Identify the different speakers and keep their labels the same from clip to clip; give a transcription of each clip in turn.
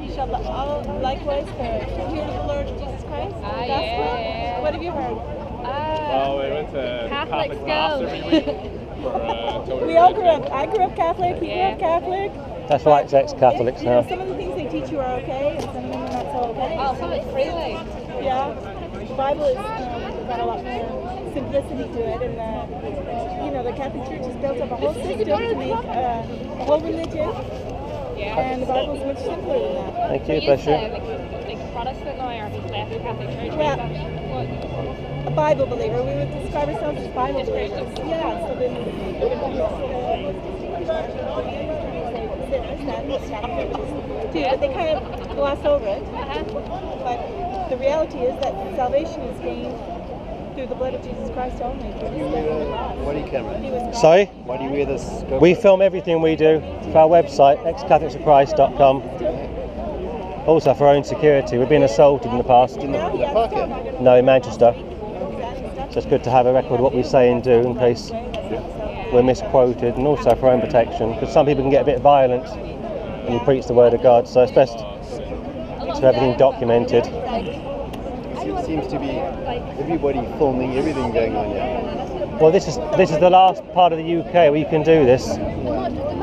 Speaker 1: Inshallah. I'll likewise uh, heard. We have the Lord Jesus Christ, the
Speaker 2: Ah,
Speaker 1: gospel.
Speaker 2: yeah.
Speaker 1: What have you heard?
Speaker 2: Ah,
Speaker 3: Oh, we went to
Speaker 2: Catholics
Speaker 3: Catholic Mass
Speaker 2: go.
Speaker 3: every week for uh, total
Speaker 1: We all grew
Speaker 3: religion.
Speaker 1: up. I grew up Catholic. He
Speaker 2: Yeah.
Speaker 1: grew up Catholic.
Speaker 4: That's why it's ex-Catholics
Speaker 1: You know,
Speaker 4: now.
Speaker 1: some of the things they teach you are okay, and some of them are not so okay.
Speaker 2: oh, so it's really.
Speaker 1: Yeah, the Bible is um, got a lot more simplicity to it, and uh, you know the Catholic Church has built up a whole system to make uh, a whole religion,
Speaker 2: Yeah.
Speaker 1: and the Bible's much simpler than that.
Speaker 4: Thank
Speaker 2: We
Speaker 4: you,
Speaker 2: used
Speaker 4: bless
Speaker 2: to,
Speaker 4: you.
Speaker 2: like, like Protestant lawyer, we left the Catholic Church.
Speaker 1: Yeah.
Speaker 2: What?
Speaker 1: A Bible believer, we would describe ourselves as Bible believers. Yeah, so then uh, uh, too, but they kind of gloss over it.
Speaker 2: Uh-huh.
Speaker 1: But the reality is that salvation is gained through the blood of Jesus Christ only. Through his death on the cross.
Speaker 5: What do you camera?
Speaker 1: He was God.
Speaker 4: Sorry?
Speaker 5: Why do you wear this? GoPro?
Speaker 4: We film everything we do for our website, excatholicsacrist.com. Also for our own security. We've been assaulted in the past.
Speaker 1: Now he has
Speaker 5: pocket.
Speaker 1: to come.
Speaker 4: No, in Manchester. So
Speaker 1: Just
Speaker 4: it's good to have a record of what we say and do in case we're misquoted and also for our own protection because some people can get a bit violent when you preach the word of God. So it's best to have everything documented.
Speaker 5: It seems to be everybody filming everything going on here.
Speaker 4: Well, this is this is the last part of the UK where you can do this.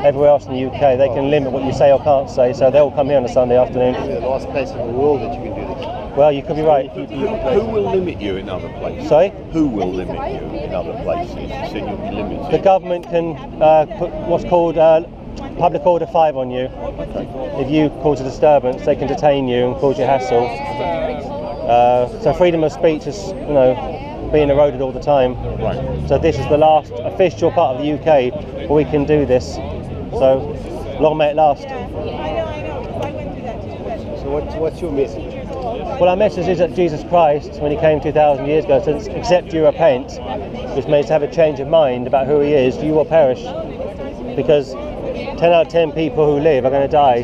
Speaker 4: Everywhere else in the UK, they can limit what you say or can't say, so they'll come here on a Sunday afternoon.
Speaker 5: We're the last place in the world that you can do this.
Speaker 4: Well, you could be right.
Speaker 6: Who, who will limit you in other places?
Speaker 4: Sorry?
Speaker 6: Who will limit you in other places? You said you'll be limited.
Speaker 4: The government can uh, put what's called uh, public order five on you. If you cause a disturbance, they can detain you and cause you hassle. Uh, so freedom of speech is, you know, being eroded all the time.
Speaker 6: Right.
Speaker 4: So this is the last official part of the UK where we can do this. So long may it last.
Speaker 1: I know, I know, 'cause I went through that too. But
Speaker 5: So what's what's your message?
Speaker 4: Well, our message is that Jesus Christ, when he came 2,000 years ago, said, except you repent, which means have a change of mind about who he is, you will perish. Because 10 out of 10 people who live are going to die.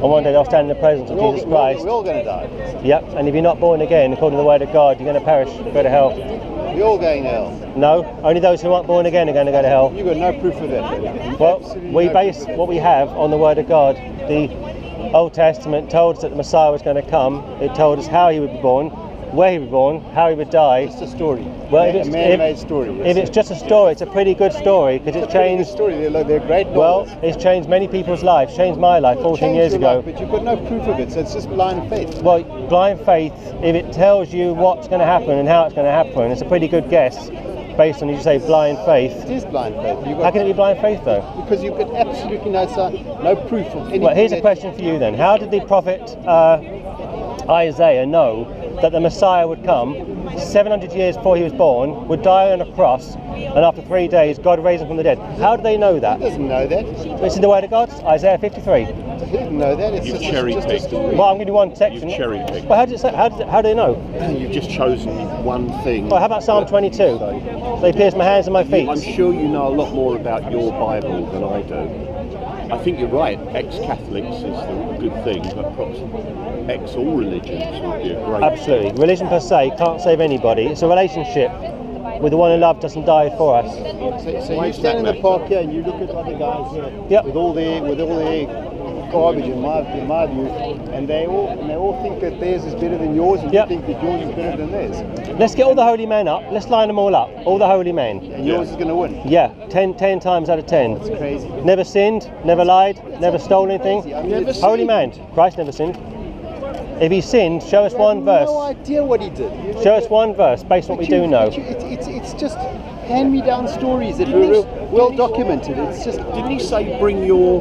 Speaker 4: And one day they'll stand in the presence of
Speaker 5: We're all,
Speaker 4: Jesus
Speaker 5: we're all-
Speaker 4: Christ.
Speaker 5: we're all going to die.
Speaker 4: Yep, and if you're not born again, according to the word of God, you're going to perish, go to hell.
Speaker 5: We're all going to hell.
Speaker 4: No, only those who aren't born again are going to go to hell.
Speaker 5: You got no proof of that.
Speaker 4: Well, we base what we have on the Word of God. The Old Testament told us that the Messiah was going to come. It told us how he would be born, where he would be born, how he would die.
Speaker 5: It's a story.
Speaker 4: Well, if
Speaker 5: a
Speaker 4: it's-
Speaker 5: man-made
Speaker 4: if-
Speaker 5: story.
Speaker 4: If it's just a story, it's a pretty good story because
Speaker 5: It's
Speaker 4: it's
Speaker 5: a pretty good
Speaker 4: changed.
Speaker 5: story, they're, like- they're great.
Speaker 4: Well,
Speaker 5: novels.
Speaker 4: it's changed many people's lives. Changed my life 14
Speaker 5: Change
Speaker 4: years
Speaker 5: your
Speaker 4: ago.
Speaker 5: life, but you've got no proof of it, so it's just blind faith.
Speaker 4: Well, blind faith, if it tells you what's going to happen and how it's going to happen, it's a pretty good guess based on, you say, blind faith.
Speaker 5: It is blind faith. You've
Speaker 4: How
Speaker 5: got,
Speaker 4: can it be blind faith though?
Speaker 5: because you've got absolutely no sign, no proof of anything.
Speaker 4: Well, here's a
Speaker 5: that-
Speaker 4: question for you then. How did the prophet uh, Isaiah know that the Messiah would come 700 years before he was born, would die on a cross, and after three days God raised him from the dead? How do they know
Speaker 5: He
Speaker 4: that?
Speaker 5: doesn't know that. He
Speaker 4: It's in the Word of God, Isaiah 53.
Speaker 5: doesn't know that. It's
Speaker 6: You've
Speaker 5: just, it's
Speaker 6: cherry
Speaker 5: just a
Speaker 6: picked.
Speaker 5: story.
Speaker 4: Well, I'm going to do one section.
Speaker 6: You've cherry-picked.
Speaker 4: Well, how, does it say, how, does it, how do they know?
Speaker 6: You've just chosen one thing.
Speaker 4: Well, how about Psalm 22? They pierced my hands and my feet.
Speaker 6: I'm sure you know a lot more about your Bible than I do. I think you're right. Ex-Catholics is the good thing, but perhaps ex-all religions would be a great.
Speaker 4: Absolutely. Religion per se can't save anybody. It's a relationship with the one who loved us and died for us.
Speaker 5: So, so
Speaker 6: Why
Speaker 5: you
Speaker 6: does
Speaker 5: stand in
Speaker 6: that
Speaker 5: the park here and you look at other guys here
Speaker 4: Yep.
Speaker 5: with all their with all their garbage in my in my view, and they all and they all think that theirs is better than yours, and
Speaker 4: Yep.
Speaker 5: you think that yours is better than theirs,
Speaker 4: Let's get all the holy men up. Let's line them all up. All the holy men.
Speaker 5: and yours is going to win.
Speaker 4: Yeah, 10, 10 times out of 10.
Speaker 5: It's crazy.
Speaker 4: Never sinned, never lied, never stole anything.
Speaker 5: I've never
Speaker 4: Holy
Speaker 5: seen-
Speaker 4: man, Christ never sinned. If he sinned, show us
Speaker 5: You
Speaker 4: one
Speaker 5: have No
Speaker 4: verse.
Speaker 5: idea what he did.
Speaker 4: Show us one verse based on what we
Speaker 5: But
Speaker 4: do
Speaker 5: you-
Speaker 4: know.
Speaker 5: but you- It's, it's, it's just hand-me-down stories that were real, well documented. It's just
Speaker 6: Didn't he say bring your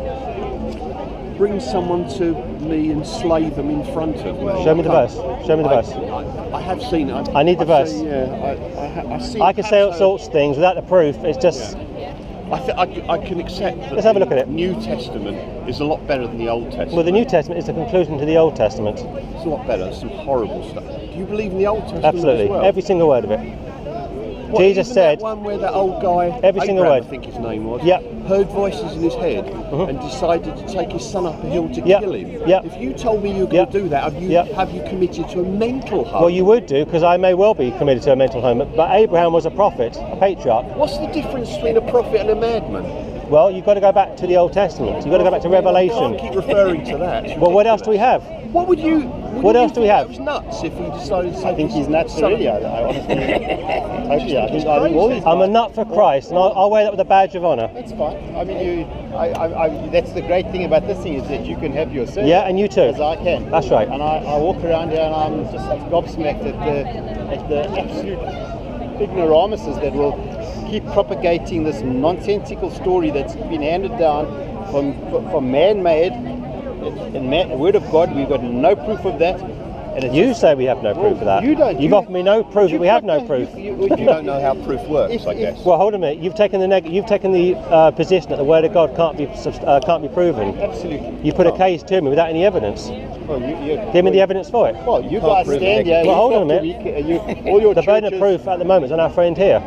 Speaker 6: bring someone to me and slay them in front of me?
Speaker 4: Show me the verse. Show me the
Speaker 6: I,
Speaker 4: verse.
Speaker 6: I, I have seen it.
Speaker 4: I need the
Speaker 6: I've
Speaker 4: verse.
Speaker 6: seen- yeah, I, I, ha- I've seen
Speaker 4: I can say all
Speaker 6: so
Speaker 4: sorts of things without the proof. It's just,
Speaker 6: I, th- I, c- I can accept that
Speaker 4: Let's have a look
Speaker 6: the
Speaker 4: at it.
Speaker 6: New Testament is a lot better than the Old Testament.
Speaker 4: well, the New Testament is the conclusion to the Old Testament.
Speaker 6: It's a lot better. Some horrible stuff. Do you believe in the Old Testament?
Speaker 4: Absolutely.
Speaker 6: As well?
Speaker 4: Every single word of it.
Speaker 6: What,
Speaker 4: Jesus
Speaker 6: even
Speaker 4: said-
Speaker 6: That one where that old guy,
Speaker 4: Every single
Speaker 6: Abraham,
Speaker 4: word. Uh-huh.
Speaker 6: I think his name was,
Speaker 4: Yep.
Speaker 6: heard voices in his head and decided to take his son up a hill to
Speaker 4: Yep.
Speaker 6: kill him.
Speaker 4: Yep.
Speaker 6: If you told me you were going
Speaker 4: Yep.
Speaker 6: to do that, have you,
Speaker 4: Yep.
Speaker 6: have you committed to a mental harm?
Speaker 4: Well, you would do, because I may well be committed to a mental home, but Abraham was a prophet, a patriarch.
Speaker 6: What's the difference between a prophet and a madman?
Speaker 4: Well, you've got to go back to the Old Testament. You've got to go back to
Speaker 6: Can't
Speaker 4: Revelation.
Speaker 6: keep referring to that.
Speaker 4: Well, what else do we have?
Speaker 6: What would you?
Speaker 4: What else do we have?
Speaker 6: It was nuts if he decided to say
Speaker 5: I think he's nuts already. I, I honestly, totally. I think, I think all these.
Speaker 4: I'm a nut for Christ, and I'll, I'll wear that with a badge of honor.
Speaker 5: That's fine. I mean, you. I, I, I, that's the great thing about this thing is that you can have your service.
Speaker 4: Yeah, and you too.
Speaker 5: As I can.
Speaker 4: That's right.
Speaker 5: And I, I walk around here and I'm just gobsmacked at the at the absolute ignoramuses that will keep propagating this nonsensical story that's been handed down from from man-made. And man, word of God, we've got no proof of that. And it's
Speaker 4: You say we have no proof of that.
Speaker 5: You don't.
Speaker 4: You've
Speaker 5: you-
Speaker 4: offered me no proof that
Speaker 5: you
Speaker 4: we have
Speaker 5: don't
Speaker 4: no
Speaker 5: know-
Speaker 4: proof.
Speaker 5: You,
Speaker 6: You don't know how proof works,
Speaker 5: If-
Speaker 6: I
Speaker 5: if-
Speaker 6: guess.
Speaker 4: Well, hold a minute. You've taken the neg- You've taken the uh, position that the word of God can't be subs- uh, can't be proven.
Speaker 5: Absolutely.
Speaker 4: You put a case to me without any evidence.
Speaker 5: Well, you, you,
Speaker 4: Give me the evidence for it.
Speaker 5: Well, you
Speaker 6: Can't
Speaker 5: guys
Speaker 6: prove
Speaker 5: stand
Speaker 6: it.
Speaker 5: here.
Speaker 4: Well, hold on a
Speaker 5: week
Speaker 4: minute.
Speaker 5: after week, and You, all your
Speaker 4: The burden of
Speaker 5: churches-
Speaker 4: proof at the moment is on our friend here.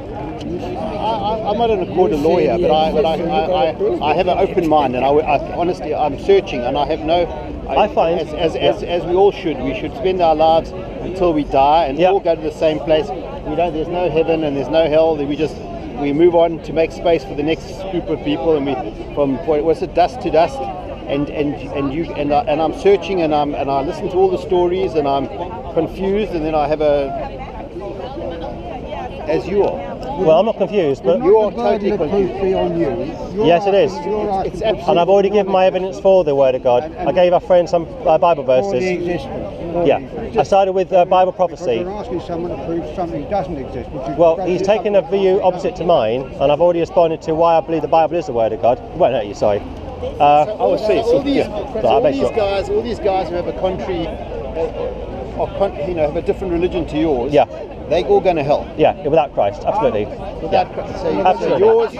Speaker 5: I, I, I'm not an accord lawyer, but I, but I, I, I, I have an open mind, and I, would- I honestly, I'm searching, and I have no.
Speaker 4: I find-
Speaker 5: as as, as, as we all should, we should spend our lives until we die, and
Speaker 4: Yeah.
Speaker 5: all go to the same place. We don't. There's no heaven, and there's no hell. We just we move on to make space for the next group of people, and we from what was it dust to dust. And, and and you and I, and I'm searching and I'm and I listen to all the stories and I'm confused and then I have a as you are
Speaker 4: Well, I'm not confused, but
Speaker 5: you are totally confused.
Speaker 7: on you. You're
Speaker 4: Yes, it
Speaker 7: right.
Speaker 4: is.
Speaker 7: You're right.
Speaker 5: It's absolutely-
Speaker 4: and I've already given my evidence for the word of God. I gave our friend some uh, Bible
Speaker 7: All the
Speaker 4: verses.
Speaker 7: existence. all
Speaker 4: Yeah,
Speaker 7: the existence.
Speaker 4: I started with uh, Bible
Speaker 7: Because
Speaker 4: prophecy.
Speaker 7: you're asking someone to prove something doesn't exist. which is-
Speaker 4: Well, he's taken a view opposite to mine, and I've already responded to why I believe the Bible is the word of God. Well, no, you sorry. Uh,
Speaker 5: all,
Speaker 6: see,
Speaker 5: all
Speaker 6: so-
Speaker 5: these,
Speaker 6: yeah.
Speaker 5: so
Speaker 4: No, I
Speaker 5: all
Speaker 4: make
Speaker 5: these
Speaker 4: sure.
Speaker 5: guys, all these guys who have a country, uh, or con- you know, have a different religion to yours.
Speaker 4: Yeah.
Speaker 5: they all going to hell.
Speaker 4: yeah, without Christ, absolutely.
Speaker 5: Without
Speaker 4: Yeah.
Speaker 5: Christ. So, so
Speaker 4: Absolutely.
Speaker 5: yours,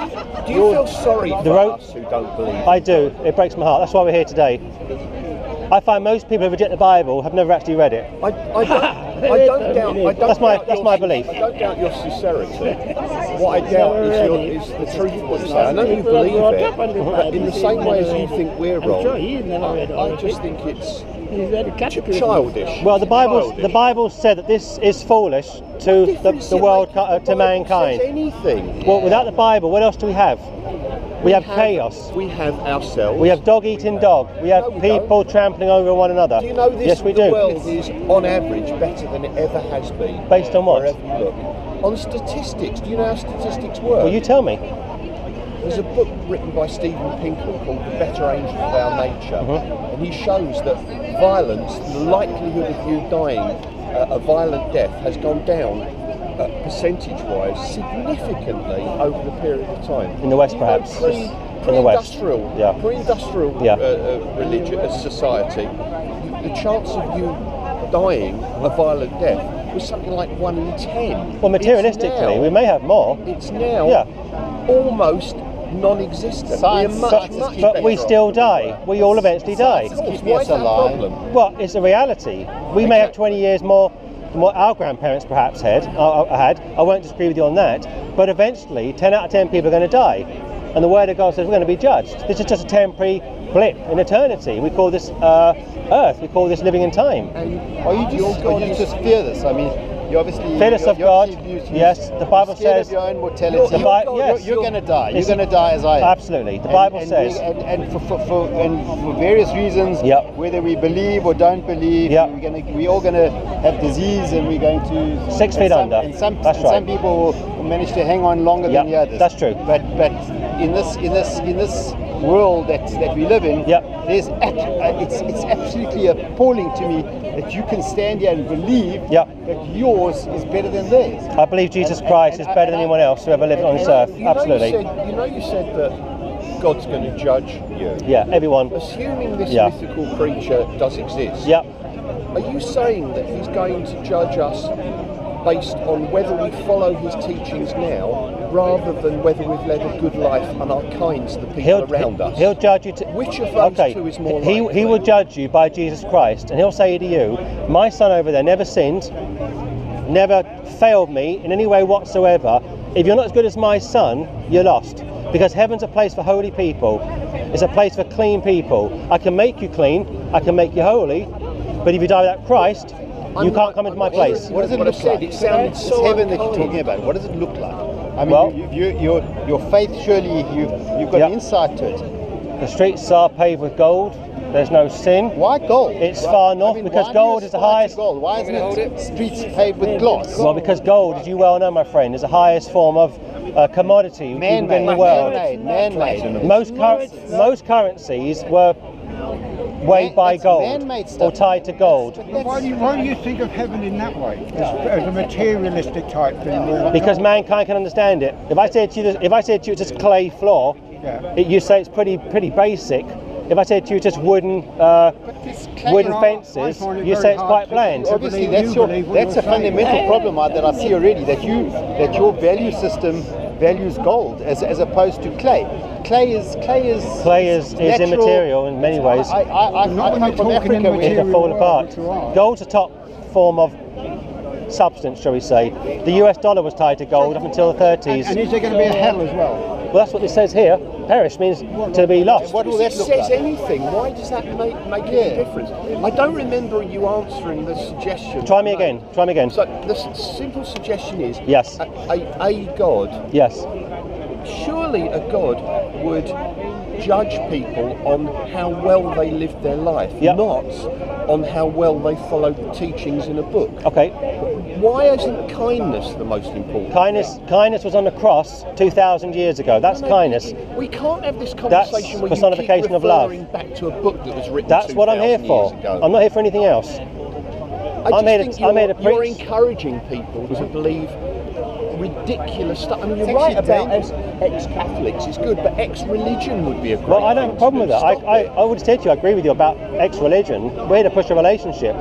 Speaker 6: Do you feel sorry for
Speaker 4: The road-
Speaker 6: us who don't believe?
Speaker 4: I do. It breaks my heart. That's why we're here today. I find most people who reject the Bible have never actually read it.
Speaker 6: I, I, don't, I don't doubt. I don't
Speaker 4: That's my-
Speaker 6: doubt
Speaker 4: that's
Speaker 6: your-
Speaker 4: my belief.
Speaker 6: I don't doubt your sincerity. what I doubt is, your, is the truth of what you say. I know you believe it, but in the same way as you think we're wrong, I, I just think it's childish.
Speaker 4: Well, the Bible
Speaker 6: Childish.
Speaker 4: the Bible said that this is foolish to the,
Speaker 6: Difference
Speaker 4: the
Speaker 6: in
Speaker 4: world,
Speaker 6: like-
Speaker 4: uh,
Speaker 6: the
Speaker 4: to
Speaker 6: Bible says
Speaker 4: mankind.
Speaker 6: Anything.
Speaker 4: Well, without the Bible, what else do we have? We have chaos.
Speaker 6: We have ourselves.
Speaker 4: We have dog eating dog. We have
Speaker 6: No, we don't.
Speaker 4: people trampling over one another.
Speaker 6: Do you know this?
Speaker 4: yes, we
Speaker 6: the
Speaker 4: do.
Speaker 6: world is, on average, better than it ever has been.
Speaker 4: Based on what?
Speaker 6: Wherever you look. On statistics. Do you know how statistics work?
Speaker 4: Well, you tell me.
Speaker 6: There's a book written by Steven Pinker called The Better Angels of Our Nature,
Speaker 4: Uh-huh.
Speaker 6: and he shows that violence, the likelihood of you dying uh, a violent death, has gone down uh, percentage-wise significantly over the period of time.
Speaker 4: In the West, perhaps.
Speaker 6: Pre,
Speaker 4: In the West.
Speaker 6: pre-industrial,
Speaker 4: Yeah.
Speaker 6: pre-industrial
Speaker 4: Yeah.
Speaker 6: Uh, uh, religion, uh, society, the chance of you dying a violent death was something like one in ten.
Speaker 4: Well,
Speaker 6: It's
Speaker 4: materialistically,
Speaker 6: now-
Speaker 4: we may have more,
Speaker 6: it's now
Speaker 4: Yeah.
Speaker 6: almost non-existent.
Speaker 5: Science-
Speaker 6: we are much,
Speaker 4: but,
Speaker 5: is
Speaker 6: much
Speaker 4: but we
Speaker 6: better
Speaker 4: still
Speaker 6: off than we
Speaker 4: die. We all eventually die.
Speaker 6: were. Of course,
Speaker 5: keeping
Speaker 6: why
Speaker 5: us
Speaker 6: is that a
Speaker 5: alive.
Speaker 6: problem?
Speaker 4: Well, it's a reality. We may have 20 years more than what our grandparents perhaps had. uh, uh, had. I won't disagree with you on that. But eventually, 10 out of 10 people are going to die. And the Word of God says we're going to be judged. This is just a temporary blip in eternity. We call this uh, Earth. We call this living in time.
Speaker 5: are you just, are you just fear this? I mean, you obviously
Speaker 4: Fearless
Speaker 5: you
Speaker 4: of God,
Speaker 5: obviously-
Speaker 4: yes, the Bible
Speaker 5: scared
Speaker 4: says-
Speaker 5: of your own mortality.
Speaker 4: The Bi-
Speaker 5: you're
Speaker 4: yes.
Speaker 5: going to die. You're
Speaker 4: Listen,
Speaker 5: going to die as I am.
Speaker 4: Absolutely. The
Speaker 5: And-
Speaker 4: Bible
Speaker 5: and
Speaker 4: says.
Speaker 5: we- and, and for, for, for and for various reasons,
Speaker 4: Yep.
Speaker 5: whether we believe or don't believe,
Speaker 4: Yep.
Speaker 5: we're gonna we all gonna have disease, and we're going to
Speaker 4: Six
Speaker 5: and
Speaker 4: feet
Speaker 5: some,
Speaker 4: under.
Speaker 5: And some
Speaker 4: That's
Speaker 5: and some
Speaker 4: right.
Speaker 5: people will manage to hang on longer
Speaker 4: Yep,
Speaker 5: than the others.
Speaker 4: that's true.
Speaker 5: But but in this in this in this world that that we live in,
Speaker 4: Yep.
Speaker 5: there's ab- uh, it's it's absolutely appalling to me that you can stand here and believe
Speaker 4: Yep.
Speaker 5: that yours is better than theirs.
Speaker 4: I believe Jesus
Speaker 5: And-
Speaker 4: Christ
Speaker 5: and-
Speaker 4: is
Speaker 5: and-
Speaker 4: better than
Speaker 5: and I-
Speaker 4: anyone else who ever lived on this
Speaker 5: and I-
Speaker 4: earth.
Speaker 6: You know
Speaker 4: Absolutely.
Speaker 6: You, said, you know, you said that God's going to judge you.
Speaker 4: Yeah, everyone.
Speaker 6: Assuming this
Speaker 4: Yeah.
Speaker 6: mythical creature does exist,
Speaker 4: Yeah.
Speaker 6: are you saying that he's going to judge us based on whether we follow his teachings now, rather than whether we've led a good life and are kind to the people
Speaker 4: He'll,
Speaker 6: around us?
Speaker 4: he'll judge you. To,
Speaker 6: Which of those
Speaker 4: okay.
Speaker 6: two is more
Speaker 4: he,
Speaker 6: likely?
Speaker 4: he will judge you by Jesus Christ, and he'll say to you, My son over there never sinned, never failed me in any way whatsoever. If you're not as good as my son, you're lost. Because heaven's a place for holy people, it's a place for clean people. I can make you clean, I can make you holy, but if you die without Christ, you
Speaker 6: I'm
Speaker 4: can't
Speaker 6: not-
Speaker 4: come into
Speaker 6: I'm
Speaker 4: my
Speaker 6: not sure
Speaker 4: place.
Speaker 6: it's
Speaker 5: What does it
Speaker 6: What I
Speaker 5: look
Speaker 6: said,
Speaker 5: like?
Speaker 6: it sounded
Speaker 5: It's
Speaker 6: so
Speaker 5: heaven that you're
Speaker 6: unkind.
Speaker 5: talking about. What does it look like? I mean,
Speaker 4: Well-
Speaker 5: you, you, your, your faith surely you've, you've got
Speaker 4: Yeah.
Speaker 5: insight to it.
Speaker 4: The streets are paved with gold. There's no sin.
Speaker 5: Why gold?
Speaker 4: It's
Speaker 5: Why-
Speaker 4: far
Speaker 5: I
Speaker 4: north
Speaker 5: mean,
Speaker 4: because
Speaker 5: why do you
Speaker 4: gold is the
Speaker 5: aspire to
Speaker 4: highest.
Speaker 5: Gold. Why isn't
Speaker 3: hold
Speaker 5: it
Speaker 3: it?
Speaker 5: streets paved with glass?
Speaker 4: Well, because gold, as you well know, my friend, is the highest form of uh, commodity you can get
Speaker 5: man-made,
Speaker 4: in the world.
Speaker 5: man-made, man-made.
Speaker 4: Most, cur- most currencies were weighed
Speaker 5: Man-
Speaker 4: by
Speaker 5: it's
Speaker 4: gold
Speaker 5: man-made stuff.
Speaker 4: or tied to gold
Speaker 5: But
Speaker 7: But Why do, you, why do you think of heaven in that way? As, as a materialistic type thing? or-
Speaker 4: because mankind can understand it. If I said to you, this- if I said to you, it's just clay floor,
Speaker 7: Yeah.
Speaker 4: it, you say it's pretty pretty basic. If I said to you, just wooden uh, wooden
Speaker 7: I- I
Speaker 4: fences,
Speaker 7: find it
Speaker 4: you
Speaker 7: very
Speaker 4: say it's
Speaker 7: hard
Speaker 4: quite
Speaker 7: to-
Speaker 4: bland.
Speaker 7: to
Speaker 5: obviously
Speaker 7: believe
Speaker 5: that's
Speaker 7: you
Speaker 5: your
Speaker 7: believe what
Speaker 5: that's a
Speaker 7: you're saying.
Speaker 5: fundamental problem I- that I see already that you that your value system values gold as, as opposed to clay. Clay is clay is
Speaker 4: Clay is- is
Speaker 5: natural.
Speaker 4: immaterial in many ways.
Speaker 5: I, I, I,
Speaker 7: Not when
Speaker 5: I,
Speaker 7: you're
Speaker 5: from
Speaker 7: talking
Speaker 5: Africa,
Speaker 7: in
Speaker 5: we-
Speaker 4: it can
Speaker 7: material
Speaker 4: fall
Speaker 7: world,
Speaker 4: apart.
Speaker 7: which you are.
Speaker 4: Gold's a top form of substance, shall we say. The US dollar was tied to gold up until the 30s.
Speaker 7: And is there going to be a hell as well?
Speaker 4: well, that's what it says here. Perish means to be lost.
Speaker 5: What will
Speaker 6: If
Speaker 5: that
Speaker 6: it
Speaker 5: look
Speaker 6: says
Speaker 5: like?
Speaker 6: anything, why does that make, make
Speaker 5: Yeah.
Speaker 6: any difference? I don't remember you answering the suggestion.
Speaker 4: Try me again. Try me again.
Speaker 6: So the s- simple suggestion is
Speaker 4: Yes.
Speaker 6: a, a, a god,
Speaker 4: Yes.
Speaker 6: surely a god would judge people on how well they lived their life,
Speaker 4: Yep.
Speaker 6: not on how well they followed the teachings in a book.
Speaker 4: Okay.
Speaker 6: Why isn't kindness the most important?
Speaker 4: Kindness. Kindness was on the cross 2,000 years ago. That's
Speaker 6: No, no,
Speaker 4: kindness.
Speaker 6: We can't have this conversation where
Speaker 4: personification
Speaker 6: you
Speaker 4: of
Speaker 6: keep
Speaker 4: love.
Speaker 6: referring back to a book that was written.
Speaker 4: That's what I'm here
Speaker 6: 2,000
Speaker 4: for.
Speaker 6: years ago.
Speaker 4: I'm not here for anything else.
Speaker 6: I, just
Speaker 4: made a-
Speaker 6: think
Speaker 4: I made a
Speaker 6: you're- You're
Speaker 4: preach.
Speaker 6: encouraging people to believe ridiculous stuff. I mean, you're
Speaker 5: It's
Speaker 6: right
Speaker 5: actually
Speaker 6: about ex- ex-Catholics. It's good, but ex-religion would be a great.
Speaker 4: Well, I don't have
Speaker 6: thing
Speaker 4: a problem with
Speaker 6: to
Speaker 4: that.
Speaker 6: do.
Speaker 4: I,
Speaker 6: Stop
Speaker 4: I,
Speaker 6: it.
Speaker 4: I would say to you, I agree with you about ex-religion. We're here to push a relationship,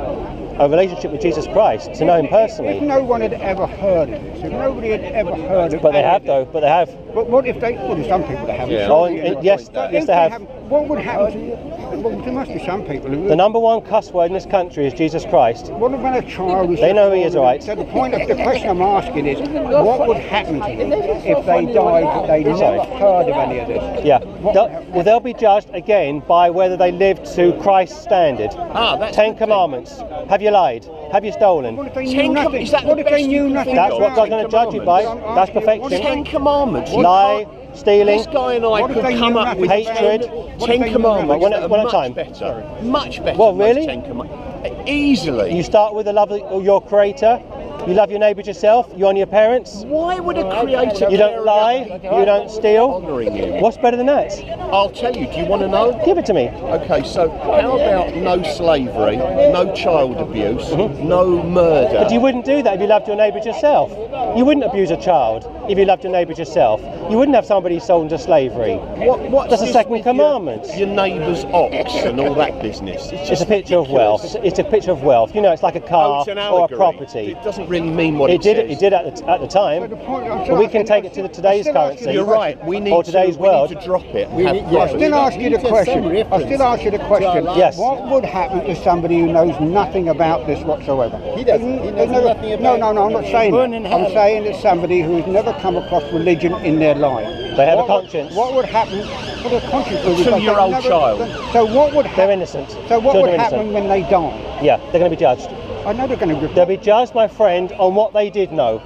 Speaker 4: a relationship with Jesus Christ, to know Him
Speaker 7: If
Speaker 4: personally.
Speaker 7: no one had ever heard of this, if nobody had ever heard of
Speaker 4: But they have
Speaker 7: any-
Speaker 4: though. But they have.
Speaker 7: But what if they, well, there's some people that haven't.
Speaker 6: Yeah.
Speaker 4: Oh,
Speaker 7: sorry,
Speaker 4: and-
Speaker 7: you
Speaker 4: and
Speaker 7: know.
Speaker 4: yes,
Speaker 7: But
Speaker 4: yes,
Speaker 7: if
Speaker 4: they have.
Speaker 7: haven't, What would happen to, well, there must be some people who,
Speaker 4: The number one cuss word in this country is Jesus Christ.
Speaker 7: what about a child who's...
Speaker 4: They know he is, all right.
Speaker 7: So the point of, the question I'm asking is, what would happen to them if they died that they never heard of any of this?
Speaker 4: Yeah. They'll, well, they'll be judged again by whether they lived to Christ's standard. Ah,
Speaker 6: that's
Speaker 4: Ten Commandments. Have you lied? Have you
Speaker 7: What
Speaker 4: stolen?
Speaker 7: if they
Speaker 6: Ten
Speaker 7: knew
Speaker 6: com-
Speaker 7: nothing?
Speaker 6: is that
Speaker 7: What
Speaker 6: the
Speaker 7: if they
Speaker 6: best
Speaker 7: knew
Speaker 6: you
Speaker 7: nothing
Speaker 6: think
Speaker 4: That's
Speaker 7: about
Speaker 6: of?
Speaker 4: what God's
Speaker 7: it?
Speaker 4: going to judge you by. That's perfection.
Speaker 6: Ten Commandments. You
Speaker 4: Lie,
Speaker 6: can't-
Speaker 4: stealing.
Speaker 6: This guy and I
Speaker 7: What if
Speaker 6: could
Speaker 7: they
Speaker 6: come
Speaker 7: knew
Speaker 6: up with
Speaker 4: nothing? Hatred.
Speaker 6: Ten,
Speaker 7: What if they
Speaker 6: ten
Speaker 7: knew
Speaker 6: Commandments.
Speaker 7: nothing?
Speaker 4: One at-
Speaker 6: that are
Speaker 4: one at a
Speaker 6: much
Speaker 4: time.
Speaker 6: Better. Much better.
Speaker 4: Well,
Speaker 6: than those
Speaker 4: really?
Speaker 6: Ten command- Easily.
Speaker 4: You start with the love of your Creator. You love your neighbour as yourself. You honour your parents.
Speaker 6: Why would a creator?
Speaker 4: You
Speaker 6: care
Speaker 4: don't lie.
Speaker 6: about-
Speaker 4: You don't steal.
Speaker 6: Honouring you.
Speaker 4: What's better than that?
Speaker 6: I'll tell you. Do you want to know?
Speaker 4: Give it to me.
Speaker 6: Okay, so how about no slavery, no child abuse, no murder?
Speaker 4: Mm-hmm. But you wouldn't do that if you loved your neighbour as yourself. You wouldn't abuse a child if you loved your neighbour as yourself. You wouldn't have somebody sold into slavery.
Speaker 6: what, what's
Speaker 4: That's the
Speaker 6: this
Speaker 4: second
Speaker 6: with
Speaker 4: commandment.
Speaker 6: Your, your neighbour's ox and all that business. It's,
Speaker 4: It's
Speaker 6: just
Speaker 4: a picture of
Speaker 6: ridiculous.
Speaker 4: wealth. It's a picture of wealth. You know, it's like a
Speaker 6: Oh,
Speaker 4: car
Speaker 6: it's an
Speaker 4: or a
Speaker 6: allegory.
Speaker 4: property.
Speaker 6: It doesn't really mean what
Speaker 4: It
Speaker 6: it,
Speaker 4: did.
Speaker 6: says.
Speaker 4: It did at the, t- at the
Speaker 7: But the
Speaker 4: time.
Speaker 7: point- I'm
Speaker 4: But we
Speaker 7: still
Speaker 4: can
Speaker 7: asking-
Speaker 4: take it to the
Speaker 7: I'm
Speaker 4: today's
Speaker 7: still asking
Speaker 4: currency.
Speaker 7: you
Speaker 6: You're
Speaker 7: a question.
Speaker 6: right. We need
Speaker 4: Or today's
Speaker 6: to, we need
Speaker 4: world.
Speaker 6: to drop it. and
Speaker 5: We
Speaker 6: have
Speaker 5: need-
Speaker 6: property.
Speaker 5: yes,
Speaker 7: I still ask you the
Speaker 5: Yes, same
Speaker 7: question. I
Speaker 5: reference.
Speaker 7: still ask you the question.
Speaker 4: Yes.
Speaker 7: What would happen to somebody who knows nothing about this whatsoever?
Speaker 5: He doesn't. He knows
Speaker 7: No,
Speaker 5: nothing about
Speaker 7: No, no, no. I'm not saying.
Speaker 5: Burn
Speaker 7: that.
Speaker 5: in
Speaker 7: I'm
Speaker 5: hell.
Speaker 7: saying that somebody who's never come across religion in their life.
Speaker 4: They have a
Speaker 7: What would-
Speaker 4: conscience.
Speaker 7: What would happen? What a conscience would be,
Speaker 6: To
Speaker 7: but
Speaker 6: your
Speaker 7: they've
Speaker 6: old
Speaker 7: never-
Speaker 6: child.
Speaker 7: So what would happen?
Speaker 4: They're innocent.
Speaker 7: So what
Speaker 4: Children
Speaker 7: would
Speaker 4: are
Speaker 7: happen
Speaker 4: innocent.
Speaker 7: when they die?
Speaker 4: Yeah, they're going to be judged.
Speaker 7: I know they're going to.
Speaker 4: They'll be judged, my friend, on what they did know,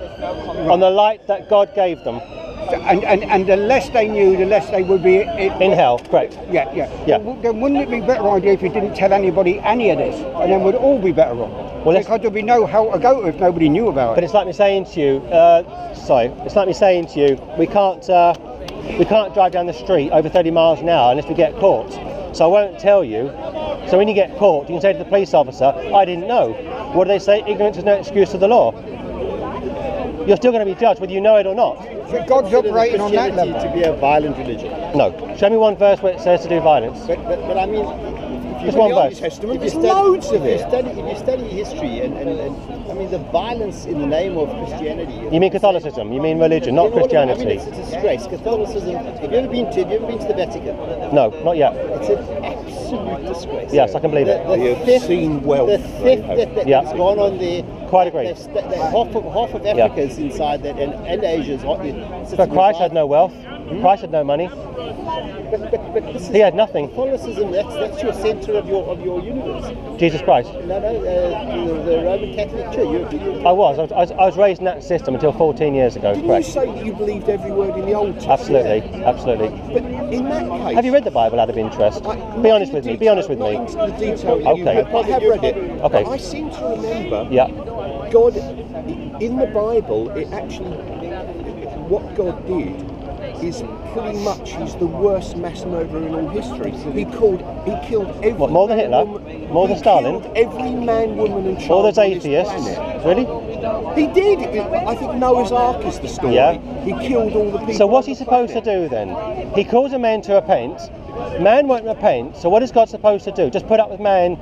Speaker 4: on the light that God gave them
Speaker 7: And, and and the less they knew, the less they would be in,
Speaker 4: in hell. Correct.
Speaker 7: Yeah, yeah.
Speaker 4: Yeah.
Speaker 7: Well, then wouldn't it be a better idea if you didn't tell anybody any of this? And then we'd all be better off.
Speaker 4: Well, let's-
Speaker 7: because there'd be no hell to go to if nobody knew about
Speaker 4: But
Speaker 7: it.
Speaker 4: it's like me saying to you, uh, sorry, it's like me saying to you, we can't, uh, we can't drive down the street over 30 miles an hour unless we get caught. So I won't tell you. So when you get caught, you can say to the police officer, I didn't know. What do they say? Ignorance is no excuse to the law. You're still going to be judged whether you know it or not.
Speaker 7: But God's operating on that
Speaker 5: Christianity
Speaker 7: level.
Speaker 5: to be a violent religion.
Speaker 4: No. Show me one verse where it says to do violence.
Speaker 5: But, but, but I mean, if you
Speaker 4: Just
Speaker 5: go
Speaker 4: one
Speaker 5: to the Old
Speaker 4: verse.
Speaker 5: Testament,
Speaker 6: There's
Speaker 5: if you study-
Speaker 6: loads of
Speaker 5: if you
Speaker 6: it.
Speaker 5: Study, if you study history, and, and, and I mean, the violence in the name of Christianity.
Speaker 4: You mean Catholicism? You mean religion, not
Speaker 5: In all of it, I mean,
Speaker 4: Christianity?
Speaker 5: it's a disgrace. Catholicism. Have you ever been to? Have you ever been to the Vatican?
Speaker 4: No, not yet.
Speaker 5: It's an absolute disgrace.
Speaker 4: Yes, I can believe it.
Speaker 5: The, the
Speaker 6: You've
Speaker 5: theft,
Speaker 6: seen wealth,
Speaker 5: the
Speaker 6: I
Speaker 5: theft
Speaker 6: hope.
Speaker 5: that, that
Speaker 4: Yeah.
Speaker 5: has gone on there.
Speaker 4: Quite agree.
Speaker 5: They've sta- they- half of half of Africa is inside that, and, and Asia is hot. It's- it's
Speaker 4: But Christ
Speaker 5: resigned-
Speaker 4: had no wealth.
Speaker 5: Hmm?
Speaker 4: Christ had no money.
Speaker 5: But, but, but this is
Speaker 4: He had nothing.
Speaker 5: Catholicism. That's that's your centre of your of your universe.
Speaker 4: Jesus Christ.
Speaker 5: No, no, uh, the, the Roman Catholic Church. You, you,
Speaker 4: I was. I was- I was, I was raised in that system until 14 years ago.
Speaker 6: Didn't you
Speaker 4: Correct.
Speaker 6: say that you believed every word in the Old Testament?
Speaker 4: Absolutely. Absolutely.
Speaker 6: But in that case,
Speaker 4: Have you read the Bible out of interest?
Speaker 6: I-
Speaker 4: Be
Speaker 6: not
Speaker 4: honest
Speaker 6: in
Speaker 4: with
Speaker 6: the
Speaker 4: me. Be honest with
Speaker 6: detail-
Speaker 4: me.
Speaker 6: not into the detail that you
Speaker 4: Okay.
Speaker 6: have, but I have read it.
Speaker 4: Okay.
Speaker 6: I seem to remember.
Speaker 4: Yeah.
Speaker 6: God, in the Bible, it actually, what God did is pretty much he's the worst mass murderer in all history. He called, he killed every.
Speaker 4: What, more than
Speaker 6: man,
Speaker 4: Hitler?
Speaker 6: woman-
Speaker 4: More than
Speaker 6: he
Speaker 4: Stalin?
Speaker 6: killed Every man, woman, and child.
Speaker 4: All those
Speaker 6: on this
Speaker 4: atheists.
Speaker 6: planet.
Speaker 4: Really?
Speaker 6: He did. I think Noah's Ark is the story.
Speaker 4: Yeah.
Speaker 6: He killed all the people.
Speaker 4: So what's
Speaker 6: on
Speaker 4: he
Speaker 6: the
Speaker 4: supposed to
Speaker 6: planet.
Speaker 4: do then? He calls a man to repent. Man won't repent. So what is God supposed to do? Just put up with man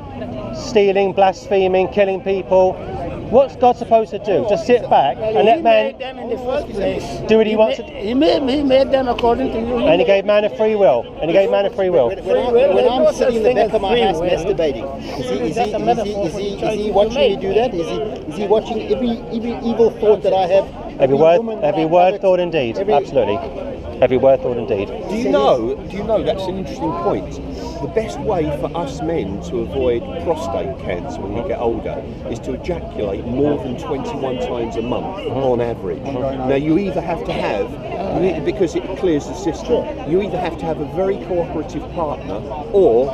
Speaker 4: stealing, blaspheming, killing people? What's God supposed to do? Just sit back and let
Speaker 8: made
Speaker 4: man
Speaker 8: them in the first place.
Speaker 4: do what he wants to do.
Speaker 8: He made, he made them according to you.
Speaker 4: And he gave man a free will. And he gave man a free will.
Speaker 5: When, I,
Speaker 8: will,
Speaker 5: when
Speaker 8: there's no
Speaker 5: I'm
Speaker 8: such
Speaker 5: sitting in the back
Speaker 8: thing as
Speaker 5: of my
Speaker 8: free
Speaker 5: house
Speaker 8: will.
Speaker 5: masturbating, is he,
Speaker 8: Free will
Speaker 5: is he,
Speaker 8: is just a
Speaker 5: is he,
Speaker 8: metaphor
Speaker 5: is
Speaker 8: for
Speaker 5: he,
Speaker 8: the
Speaker 5: is
Speaker 8: choices
Speaker 5: he
Speaker 8: you
Speaker 5: watching me
Speaker 8: make.
Speaker 5: do that? Is he, is he watching every, every evil thought that I have?
Speaker 4: Every word,
Speaker 5: woman that I
Speaker 4: every word,
Speaker 5: covet,
Speaker 4: thought, and deed.
Speaker 5: every-
Speaker 4: Absolutely. Every word, thought, and deed.
Speaker 6: Do you know? Do you know that's an interesting point? The best way for us men to avoid prostate cancer when we get older is to ejaculate more than 21 times a month
Speaker 4: Uh-huh.
Speaker 6: on average. Now you either have to have you need- because it clears the system. You either have to have a very cooperative partner or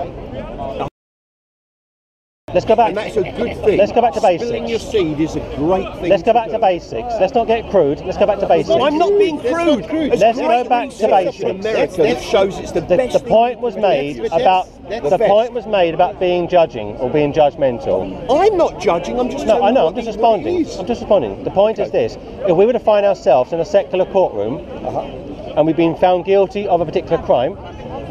Speaker 4: Let's go back.
Speaker 6: and that's a good thing.
Speaker 4: Let's go back to
Speaker 6: Spilling
Speaker 4: basics.
Speaker 6: your seed is a great thing.
Speaker 4: Let's
Speaker 6: to
Speaker 4: go back to
Speaker 6: do.
Speaker 4: basics. Let's not get crude. Let's go back to basics.
Speaker 6: I'm not being crude. It's
Speaker 4: Let's
Speaker 6: great that
Speaker 4: go
Speaker 6: we
Speaker 4: back to
Speaker 6: set up
Speaker 4: basics.
Speaker 6: in America that shows it's the,
Speaker 4: the,
Speaker 6: best
Speaker 4: the
Speaker 6: thing
Speaker 4: point
Speaker 6: we
Speaker 4: was
Speaker 6: can
Speaker 4: made
Speaker 6: do.
Speaker 4: about
Speaker 6: That's
Speaker 4: the
Speaker 6: best.
Speaker 4: point was made about being judging or being judgmental.
Speaker 6: I'm not judging. I'm just.
Speaker 4: No,
Speaker 6: telling
Speaker 4: I know.
Speaker 6: you
Speaker 4: I'm just
Speaker 6: what it
Speaker 4: responding.
Speaker 6: is.
Speaker 4: I'm just responding. The point is this: if we were to find ourselves in a secular courtroom
Speaker 6: Uh-huh.
Speaker 4: and we've been found guilty of a particular crime,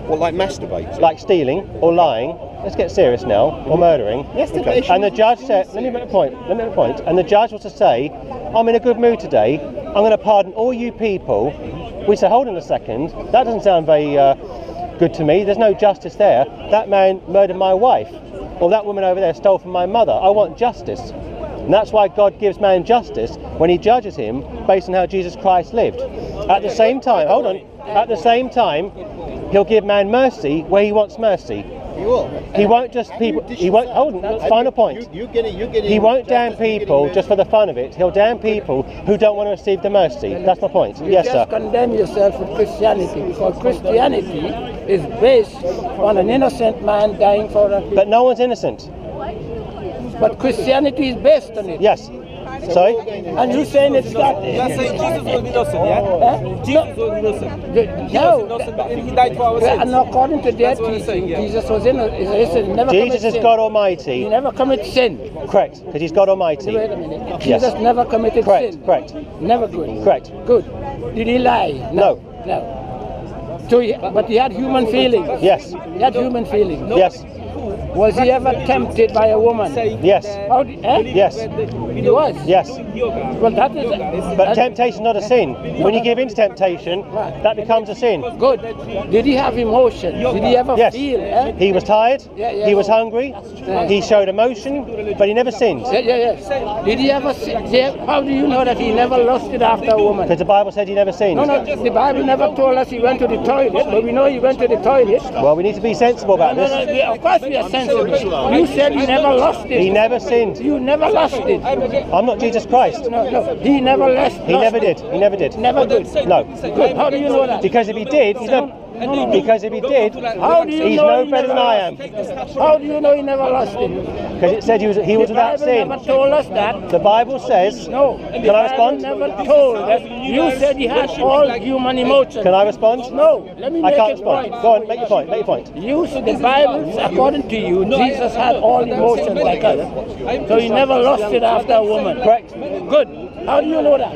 Speaker 6: Well, like masturbating.
Speaker 4: like stealing or lying, let's get serious now, or murdering.
Speaker 5: Masturbation
Speaker 4: And the
Speaker 5: is
Speaker 4: judge said, let me make a point, let me make a point. And the judge was to say, I'm in a good mood today, I'm going to pardon all you people. We say, hold on a second, that doesn't sound very uh, good to me, there's no justice there. That man murdered my wife, or that woman over there stole from my mother. I want justice. And that's why God gives man justice when he judges him based on how Jesus Christ lived. At the same time, hold on, at the same time, he'll give man mercy where he wants mercy.
Speaker 5: You will.
Speaker 4: He won't just people. He won't. Hold on.
Speaker 5: And
Speaker 4: Final
Speaker 5: you-
Speaker 4: point.
Speaker 5: You, you getting, you getting
Speaker 4: He won't damn
Speaker 5: justice, you're getting
Speaker 4: people
Speaker 5: mercy.
Speaker 4: just for the fun of it. He'll damn people who don't want to receive the mercy. That's my point.
Speaker 8: You
Speaker 4: Yes,
Speaker 8: just
Speaker 4: sir.
Speaker 8: condemn yourself for Christianity because Christianity is based on an innocent man dying for a.
Speaker 4: But no one's innocent.
Speaker 8: But Christianity is based on it.
Speaker 4: Yes. Sorry.
Speaker 8: And you saying it's not.
Speaker 9: You are saying Jesus was innocent,
Speaker 8: Huh?
Speaker 9: yeah? Jesus was innocent.
Speaker 8: The-
Speaker 9: He was
Speaker 8: No.
Speaker 9: innocent, but he died for our
Speaker 8: the- And
Speaker 9: sins.
Speaker 8: according to their
Speaker 9: That's what I'm
Speaker 8: teaching,
Speaker 9: saying, yeah.
Speaker 8: Jesus was innocent. He never
Speaker 4: Jesus
Speaker 8: commit
Speaker 4: is
Speaker 8: sin.
Speaker 4: God
Speaker 8: He
Speaker 4: Almighty.
Speaker 8: never commit sin.
Speaker 4: Correct. Because he's God Almighty.
Speaker 8: Wait a minute.
Speaker 4: Yes.
Speaker 8: Jesus never committed
Speaker 4: Correct,
Speaker 8: sin.
Speaker 4: correct.
Speaker 8: Never good.
Speaker 4: Correct.
Speaker 8: Good. Did he lie?
Speaker 4: No.
Speaker 8: No. So he, but he had human feelings.
Speaker 4: Yes.
Speaker 8: He had human feelings.
Speaker 4: Yes.
Speaker 8: Was he ever tempted by a woman?
Speaker 4: Yes.
Speaker 8: How did, eh?
Speaker 4: Yes.
Speaker 8: He was.
Speaker 4: Yes.
Speaker 9: Yoga.
Speaker 8: Well, that is. uh,
Speaker 4: But
Speaker 8: that-
Speaker 4: temptation's not a sin. When you give in to temptation, that becomes a sin.
Speaker 8: Good. Did he have emotion? Did he ever
Speaker 4: Yes.
Speaker 8: feel? Eh?
Speaker 4: He was tired.
Speaker 8: Yeah, yeah.
Speaker 4: He was hungry.
Speaker 8: Yeah.
Speaker 4: He showed emotion, but he never sinned.
Speaker 8: Yeah, yeah, yeah. Did he ever? See, yeah, how do you know that he never lusted after a woman?
Speaker 4: Because the Bible said he never sinned.
Speaker 8: No, no, the Bible never told us he went to the toilet, but we know he went to the toilet.
Speaker 4: Well, we need to be sensible about
Speaker 8: No, no,
Speaker 4: this.
Speaker 8: we, of course we are sensible. You said you never lost it.
Speaker 4: He never sinned.
Speaker 8: You never lost it.
Speaker 4: I'm not Jesus Christ.
Speaker 8: No, no, he never lost
Speaker 4: He never did. He never did.
Speaker 8: Never did.
Speaker 4: No.
Speaker 8: Good. How do you know that?
Speaker 4: Because if he did, he's no. Because if he did,
Speaker 8: How do you
Speaker 4: he's
Speaker 8: know
Speaker 4: no
Speaker 8: he
Speaker 4: better than
Speaker 8: never
Speaker 4: I am.
Speaker 8: lost it? How do you know he never lost it?
Speaker 4: Because it said he was, he was
Speaker 8: the
Speaker 4: without
Speaker 8: Bible
Speaker 4: sin.
Speaker 8: never told us that.
Speaker 4: The Bible says.
Speaker 8: No.
Speaker 4: Can
Speaker 8: the
Speaker 4: I
Speaker 8: Bible
Speaker 4: respond?
Speaker 8: never told us. You said he had all human emotions.
Speaker 4: Can I respond?
Speaker 8: No. Let me
Speaker 4: I
Speaker 8: make
Speaker 4: can't
Speaker 8: a
Speaker 4: respond.
Speaker 8: point.
Speaker 4: Go on, make your point. Make your point.
Speaker 8: You see, the Bible, according to you, Jesus had all emotions like us. So he never lost it after a woman.
Speaker 4: Correct.
Speaker 8: Good. How do you know that?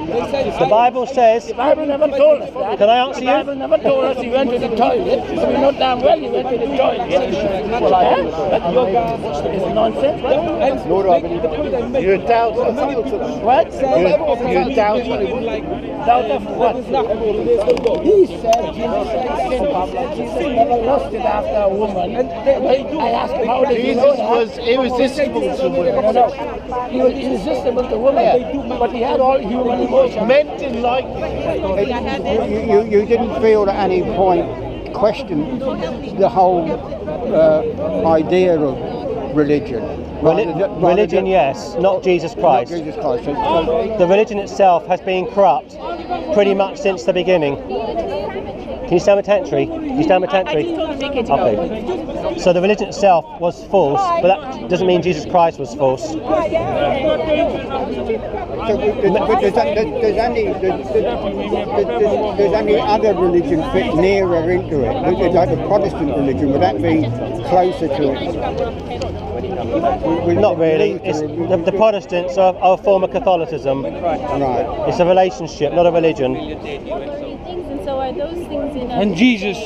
Speaker 4: The Bible says.
Speaker 8: The Bible never told us that.
Speaker 4: Can I answer
Speaker 8: The
Speaker 4: you?
Speaker 8: Bible never told us he went to the toilet. We know damn well he went to the toilet. Huh? But yoga is nonsense. What?
Speaker 5: Nor do I believe that. You're a doubt.
Speaker 8: What?
Speaker 5: You're a doubt.
Speaker 8: Doubt of what? He said Jesus had sin problem. Jesus never lost it after a woman. I asked him how did he
Speaker 5: Jesus
Speaker 8: know that?
Speaker 5: was irresistible to women.
Speaker 8: No, no. He was irresistible to women, but he had
Speaker 10: are all human emotions.
Speaker 8: Men didn't like it.
Speaker 7: You, you, you didn't feel at any point question the whole uh, idea of religion. Rather
Speaker 4: Reli-
Speaker 7: than- rather
Speaker 4: religion,
Speaker 7: than-
Speaker 4: yes, not Jesus
Speaker 7: Not
Speaker 4: Christ.
Speaker 7: Jesus Christ. So- so-
Speaker 4: The religion itself has been corrupt pretty much since the beginning. Can you stand with Tantry? Can you stand with Tantry? Okay. So the religion itself was false, but that doesn't mean Jesus Christ was false.
Speaker 7: So th- th- but there's, there's, there's only there's, there's, there's only other religion fit nearer into it. There's- there's like the Protestant religion, would that be closer to it? We- we-
Speaker 4: Not really.
Speaker 7: Luther,
Speaker 4: It's
Speaker 7: we-
Speaker 4: the, the
Speaker 7: we-
Speaker 4: Protestants are, are a form of Catholicism.
Speaker 7: Right.
Speaker 4: It's a relationship, not a religion.
Speaker 1: And so are those things in
Speaker 9: And Jesus,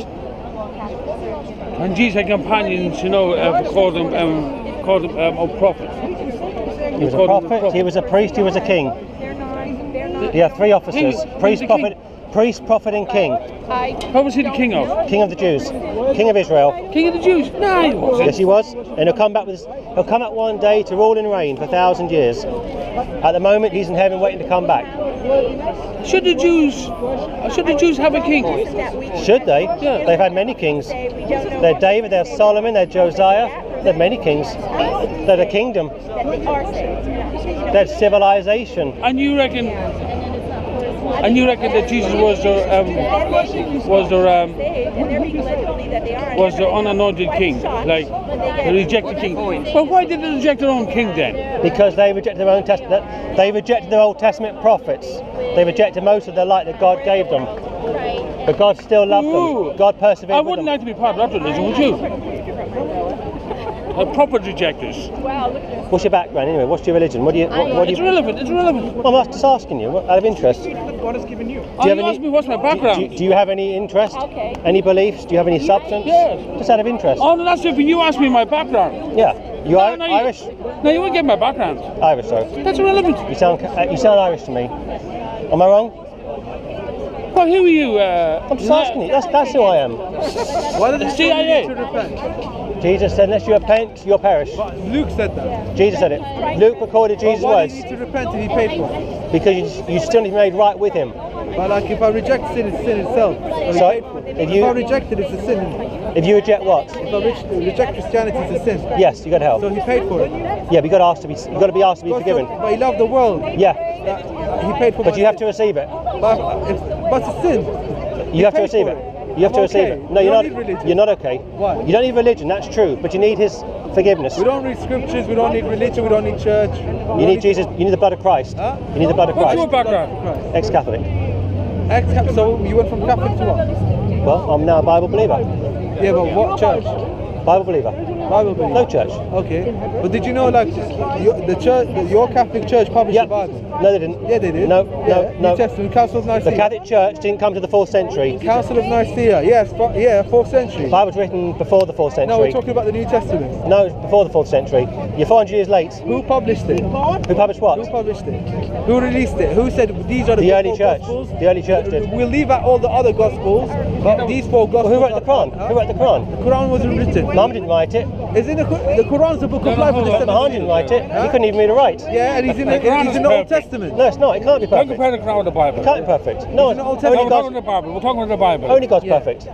Speaker 9: and Jesus had companions, you know, uh, called him, um, called him um, a prophet.
Speaker 4: He was a prophet, he was a priest, he was a king. He had three offices:
Speaker 9: He- he was
Speaker 4: priest,
Speaker 9: the king.
Speaker 4: prophet, priest, prophet, and king.
Speaker 9: What was he the king of?
Speaker 4: King of the Jews, king of Israel.
Speaker 9: King of the Jews? No, he wasn't.
Speaker 4: Yes, he was. And he'll come back with. He'll come back one day to rule and reign for a thousand years. At the moment, he's in heaven waiting to come back.
Speaker 9: Should the Jews, should the Jews have a king?
Speaker 4: Should they? They've had many kings. They're David, they're Solomon, they're Josiah. They're many kings. They're the kingdom. They're civilization.
Speaker 9: And you reckon? And you reckon that Jesus was the um, was the um, was the unanointed king, like the rejected king? But why did they reject their own king then?
Speaker 4: Because they rejected their own test. that- They rejected their Old Testament prophets. They rejected most of the light that God gave them. But God still loved
Speaker 9: Ooh.
Speaker 4: them. God persevered.
Speaker 9: I
Speaker 4: with
Speaker 9: wouldn't
Speaker 4: them.
Speaker 9: like to be part of that religion, would you? The proper rejectors.
Speaker 4: What's your background anyway? What's your religion? What do you? What, what do
Speaker 9: It's
Speaker 4: you?
Speaker 9: irrelevant. It's irrelevant.
Speaker 4: I'm just asking you out of interest. Do you
Speaker 9: Oh,
Speaker 4: have
Speaker 9: you
Speaker 4: any-
Speaker 9: asked me what's my
Speaker 4: Do, you-
Speaker 9: background.
Speaker 4: do you have any interest?
Speaker 1: Okay.
Speaker 4: Any beliefs? Do you have any substance?
Speaker 9: Yes.
Speaker 4: Just out of interest.
Speaker 9: Oh no, that's different. You asked me my background.
Speaker 4: Yeah. You are
Speaker 9: no,
Speaker 4: Irish.
Speaker 9: You, no, you won't get my background.
Speaker 4: Irish, sorry.
Speaker 9: That's irrelevant.
Speaker 4: You sound ca- uh, you sound Irish to me. Am I wrong?
Speaker 9: Well, who are you? Uh,
Speaker 4: I'm just asking you. That's that's who I am.
Speaker 9: Why did the CIA?
Speaker 4: Jesus said, unless you repent, you'll perish.
Speaker 10: Luke said that.
Speaker 4: Jesus said it. Luke recorded Jesus' words
Speaker 10: to repent if he paid for it?
Speaker 4: because you, you still need to be made right with Him.
Speaker 10: But like if I reject sin, it's sin itself.
Speaker 4: So if you
Speaker 10: reject it, it's a sin.
Speaker 4: if you reject what?
Speaker 10: If I reject Christianity, it's a sin.
Speaker 4: Yes, you got hell.
Speaker 10: he paid for it.
Speaker 4: Yeah, but you got to ask to be you got to be asked to be forgiven.
Speaker 10: he loved the world.
Speaker 4: Yeah,
Speaker 10: He paid for
Speaker 4: but you have to receive it.
Speaker 10: But it's, but it's a sin.
Speaker 4: You have to
Speaker 10: pay
Speaker 4: receive
Speaker 10: for
Speaker 4: it.
Speaker 10: it.
Speaker 4: You have to
Speaker 10: I'm
Speaker 4: receive
Speaker 10: okay.
Speaker 4: it. No,
Speaker 10: You don't
Speaker 4: you're not.
Speaker 10: need religion.
Speaker 4: You're not okay.
Speaker 10: Why?
Speaker 4: You don't need religion. That's true, but you need His forgiveness.
Speaker 10: We don't read scriptures, we don't need religion, we don't need church.
Speaker 4: You need Jesus. You need the blood of Christ.
Speaker 10: Huh?
Speaker 4: You need the blood of
Speaker 9: What's your
Speaker 4: Christ.
Speaker 9: background?
Speaker 4: Ex-Catholic.
Speaker 10: Ex- so you went from Catholic to what?
Speaker 4: Well, I'm now a Bible believer.
Speaker 10: Yeah, but what church?
Speaker 4: Bible believer.
Speaker 10: Bible belief.
Speaker 4: No church.
Speaker 10: Okay. But did you know, like, your, the church, your Catholic church published
Speaker 4: Yep.
Speaker 10: the Bible?
Speaker 4: No, they didn't.
Speaker 10: Yeah, they did.
Speaker 4: No,
Speaker 10: yeah.
Speaker 4: no,
Speaker 10: New
Speaker 4: no.
Speaker 10: Testament, Council of Nicaea.
Speaker 4: The Catholic Church didn't come to the fourth century.
Speaker 10: Council of Nicaea. Yes, fo- yeah, fourth century.
Speaker 4: The Bible was written before the fourth
Speaker 10: No, we're
Speaker 4: century.
Speaker 10: talking about the New Testament.
Speaker 4: No, it's before the fourth century. You're 400 years late.
Speaker 10: Who published it?
Speaker 4: Who published
Speaker 10: Who
Speaker 4: what?
Speaker 10: published it? Who released it? Who said these are the,
Speaker 4: The
Speaker 10: four
Speaker 4: early church.
Speaker 10: Gospels?
Speaker 4: The early church did.
Speaker 10: We'll leave out all the other Gospels, but these four
Speaker 4: Well,
Speaker 10: Gospels.
Speaker 4: who wrote the
Speaker 10: are-
Speaker 4: Quran? Who wrote the Quran?
Speaker 10: The Quran was written.
Speaker 4: Mum didn't write it.
Speaker 10: Is in the, Qu- the Quran is the book of life. of the
Speaker 4: But
Speaker 10: seven
Speaker 4: Mahan didn't
Speaker 10: seals.
Speaker 4: write it. He
Speaker 10: Huh?
Speaker 4: couldn't even read or write.
Speaker 10: Yeah, and he's in the,
Speaker 9: The Quran
Speaker 10: he's
Speaker 9: is
Speaker 10: in the Old
Speaker 9: perfect.
Speaker 10: Testament.
Speaker 4: No, it's not. It can't be
Speaker 9: Don't
Speaker 4: perfect.
Speaker 9: compare the Quran with the Bible.
Speaker 4: It can't be perfect. No,
Speaker 10: Old
Speaker 4: it's
Speaker 10: Testament.
Speaker 9: No,
Speaker 4: only
Speaker 9: we're talking
Speaker 4: God's,
Speaker 9: about the Bible. We're talking about the Bible.
Speaker 4: only God's perfect.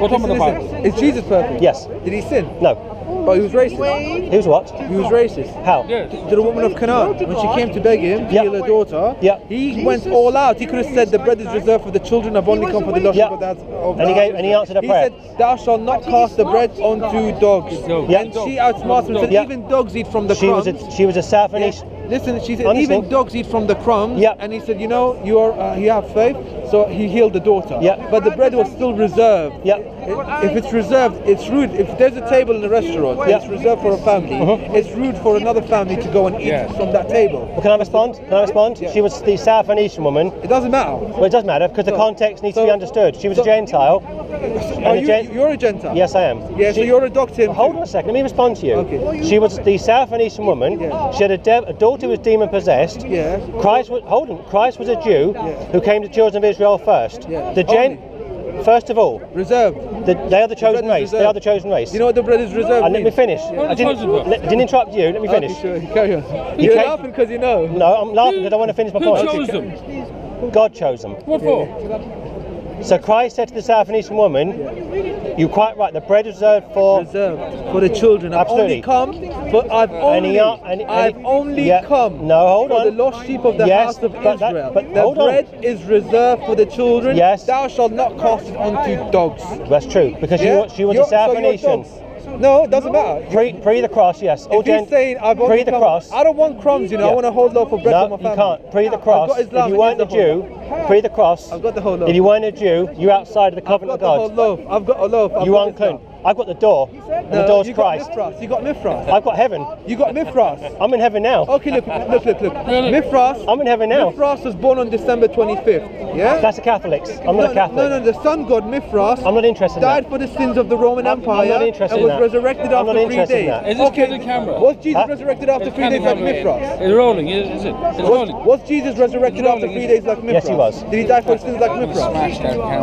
Speaker 9: We're talking about the
Speaker 10: Listen,
Speaker 9: Bible.
Speaker 10: listen. Is Jesus perfect?
Speaker 4: Yes.
Speaker 10: Did he sin?
Speaker 4: No.
Speaker 10: But he was racist.
Speaker 4: Who's what?
Speaker 10: He was racist.
Speaker 4: How?
Speaker 9: Yes.
Speaker 10: To the woman of Canaan, when she came to beg him to
Speaker 4: Yeah.
Speaker 10: heal her daughter,
Speaker 4: Yeah.
Speaker 10: he went all out. He could have said, "The bread is reserved for the children. I've only come for the lost
Speaker 4: Yeah.
Speaker 10: sheep of that." Of
Speaker 4: And he
Speaker 10: the
Speaker 4: gave- and he answered her
Speaker 10: He
Speaker 4: prayer.
Speaker 10: said, "Thou shalt not cast the bread onto dogs."
Speaker 4: Yeah.
Speaker 10: And she outsmarted him. and Said,
Speaker 4: Yeah.
Speaker 10: "Even dogs eat from the
Speaker 4: She was
Speaker 10: crumbs."
Speaker 4: a she was a South and
Speaker 10: Yeah.
Speaker 4: East.
Speaker 10: Listen, she said,
Speaker 4: I'm
Speaker 10: even
Speaker 4: listening.
Speaker 10: dogs eat from the crumbs.
Speaker 4: Yeah.
Speaker 10: And he said, you know, you are, uh, you have faith. So he healed the daughter.
Speaker 4: Yeah.
Speaker 10: But the bread was still reserved.
Speaker 4: Yeah.
Speaker 10: I- If it's reserved, it's rude. If there's a table in a restaurant, and
Speaker 4: Yeah. Uh-huh.
Speaker 10: it's reserved for a family. It's rude for another family to go and eat
Speaker 9: Yeah.
Speaker 10: from that table.
Speaker 4: Well, can I respond? Can I respond? She was the South and Eastern woman.
Speaker 10: It doesn't matter.
Speaker 4: Well, it doesn't matter because the context needs to be
Speaker 10: so-
Speaker 4: understood. She was a
Speaker 10: so-
Speaker 4: Gentile.
Speaker 10: Are
Speaker 4: And
Speaker 10: you,
Speaker 4: a gen-
Speaker 10: you're a Gentile.
Speaker 4: yes, I am.
Speaker 10: Yeah, so
Speaker 4: She-
Speaker 10: you're adopted.
Speaker 4: Hold on a second, let me respond to you.
Speaker 10: Okay.
Speaker 4: She was the South and Eastern woman.
Speaker 10: Yeah.
Speaker 4: She had a, de- a daughter who was demon possessed.
Speaker 10: Yeah.
Speaker 4: Christ was hold on. Christ was a Jew who came to the children of Israel first.
Speaker 10: Yeah.
Speaker 4: The gen- First of all,
Speaker 10: reserved.
Speaker 4: The, they are the chosen
Speaker 10: Blood
Speaker 4: race.
Speaker 10: is
Speaker 4: They
Speaker 10: reserved.
Speaker 4: are the chosen race.
Speaker 10: You know what the blood is reserved
Speaker 4: And let me
Speaker 10: means?
Speaker 4: finish.
Speaker 10: You're
Speaker 4: I didn't,
Speaker 10: responsible.
Speaker 4: let- didn't interrupt you. Let me
Speaker 10: Okay,
Speaker 4: finish.
Speaker 10: sure. Carry on.
Speaker 4: You
Speaker 10: You're
Speaker 4: can't-
Speaker 10: laughing because you know.
Speaker 4: No, I'm laughing because I want to finish my
Speaker 10: who
Speaker 4: point.
Speaker 10: chose
Speaker 4: them? God chose them.
Speaker 10: What for?
Speaker 4: So Christ said to the Syrophoenician woman, "You're quite right. The bread is reserved for
Speaker 10: reserved for the children. I've only
Speaker 4: Absolutely.
Speaker 10: come, but I've
Speaker 4: And
Speaker 10: only,
Speaker 4: he a- and- and
Speaker 10: I've
Speaker 4: he-
Speaker 10: only
Speaker 4: yeah.
Speaker 10: come
Speaker 4: No, hold
Speaker 10: for
Speaker 4: on.
Speaker 10: the lost sheep of the
Speaker 4: Yes,
Speaker 10: house of
Speaker 4: but that-
Speaker 10: Israel.
Speaker 4: but
Speaker 10: the
Speaker 4: hold on.
Speaker 10: bread is reserved for the children.
Speaker 4: Yes.
Speaker 10: Thou shalt not cast it onto dogs.
Speaker 4: That's true because you
Speaker 10: Yeah?
Speaker 4: want you want
Speaker 10: You're-
Speaker 4: to serve
Speaker 10: so
Speaker 4: a
Speaker 10: you're
Speaker 4: nation.
Speaker 10: dogs. No, it doesn't matter.
Speaker 4: Pre, pre the cross, yes. All
Speaker 10: If he's
Speaker 4: gen-
Speaker 10: saying I've
Speaker 4: pre
Speaker 10: only
Speaker 4: the
Speaker 10: come,
Speaker 4: cross.
Speaker 10: I don't want crumbs, you know.
Speaker 4: Yeah.
Speaker 10: I want to hold loaf for bread
Speaker 4: No,
Speaker 10: for my family.
Speaker 4: you can't. Pre the
Speaker 10: I've
Speaker 4: cross.
Speaker 10: got Islam,
Speaker 4: if you
Speaker 10: it
Speaker 4: weren't a
Speaker 10: is the whole
Speaker 4: Jew, pre the cross.
Speaker 10: I've got the whole loaf.
Speaker 4: If you weren't a Jew, you're outside of the covenant
Speaker 10: I've got
Speaker 4: of
Speaker 10: the
Speaker 4: God.
Speaker 10: whole loaf. I've got a loaf. I've
Speaker 4: you
Speaker 10: got
Speaker 4: unclean.
Speaker 10: Islam.
Speaker 4: I've got the door. And the
Speaker 10: No,
Speaker 4: door's
Speaker 10: you
Speaker 4: Christ.
Speaker 10: Got Mithras. You got Mithras.
Speaker 4: I've got heaven.
Speaker 10: You got Mithras.
Speaker 4: I'm in heaven now.
Speaker 10: Okay, look, look, look, look. Mithras.
Speaker 4: I'm in heaven now.
Speaker 10: Mithras was born on December 25th. Yeah.
Speaker 4: That's the Catholics. I'm
Speaker 10: no,
Speaker 4: not a Catholic.
Speaker 10: No, no, the sun god Mithras.
Speaker 4: I'm not interested in
Speaker 10: Died
Speaker 4: that.
Speaker 10: for the sins of the Roman
Speaker 4: I'm- I'm
Speaker 10: Empire
Speaker 4: not interested
Speaker 10: and
Speaker 4: in
Speaker 10: was
Speaker 4: that.
Speaker 10: resurrected
Speaker 4: I'm not
Speaker 10: after three
Speaker 4: interested in
Speaker 10: days.
Speaker 4: that.
Speaker 9: Is this
Speaker 10: okay.
Speaker 9: to the camera?
Speaker 10: Was Jesus
Speaker 4: Huh?
Speaker 10: resurrected after three days like Mithras?
Speaker 9: It's rolling, is is it? It's
Speaker 10: Was,
Speaker 9: rolling.
Speaker 10: was Jesus resurrected after three days like Mithras?
Speaker 4: Yes, he was.
Speaker 10: Did he die for sins like Mithras?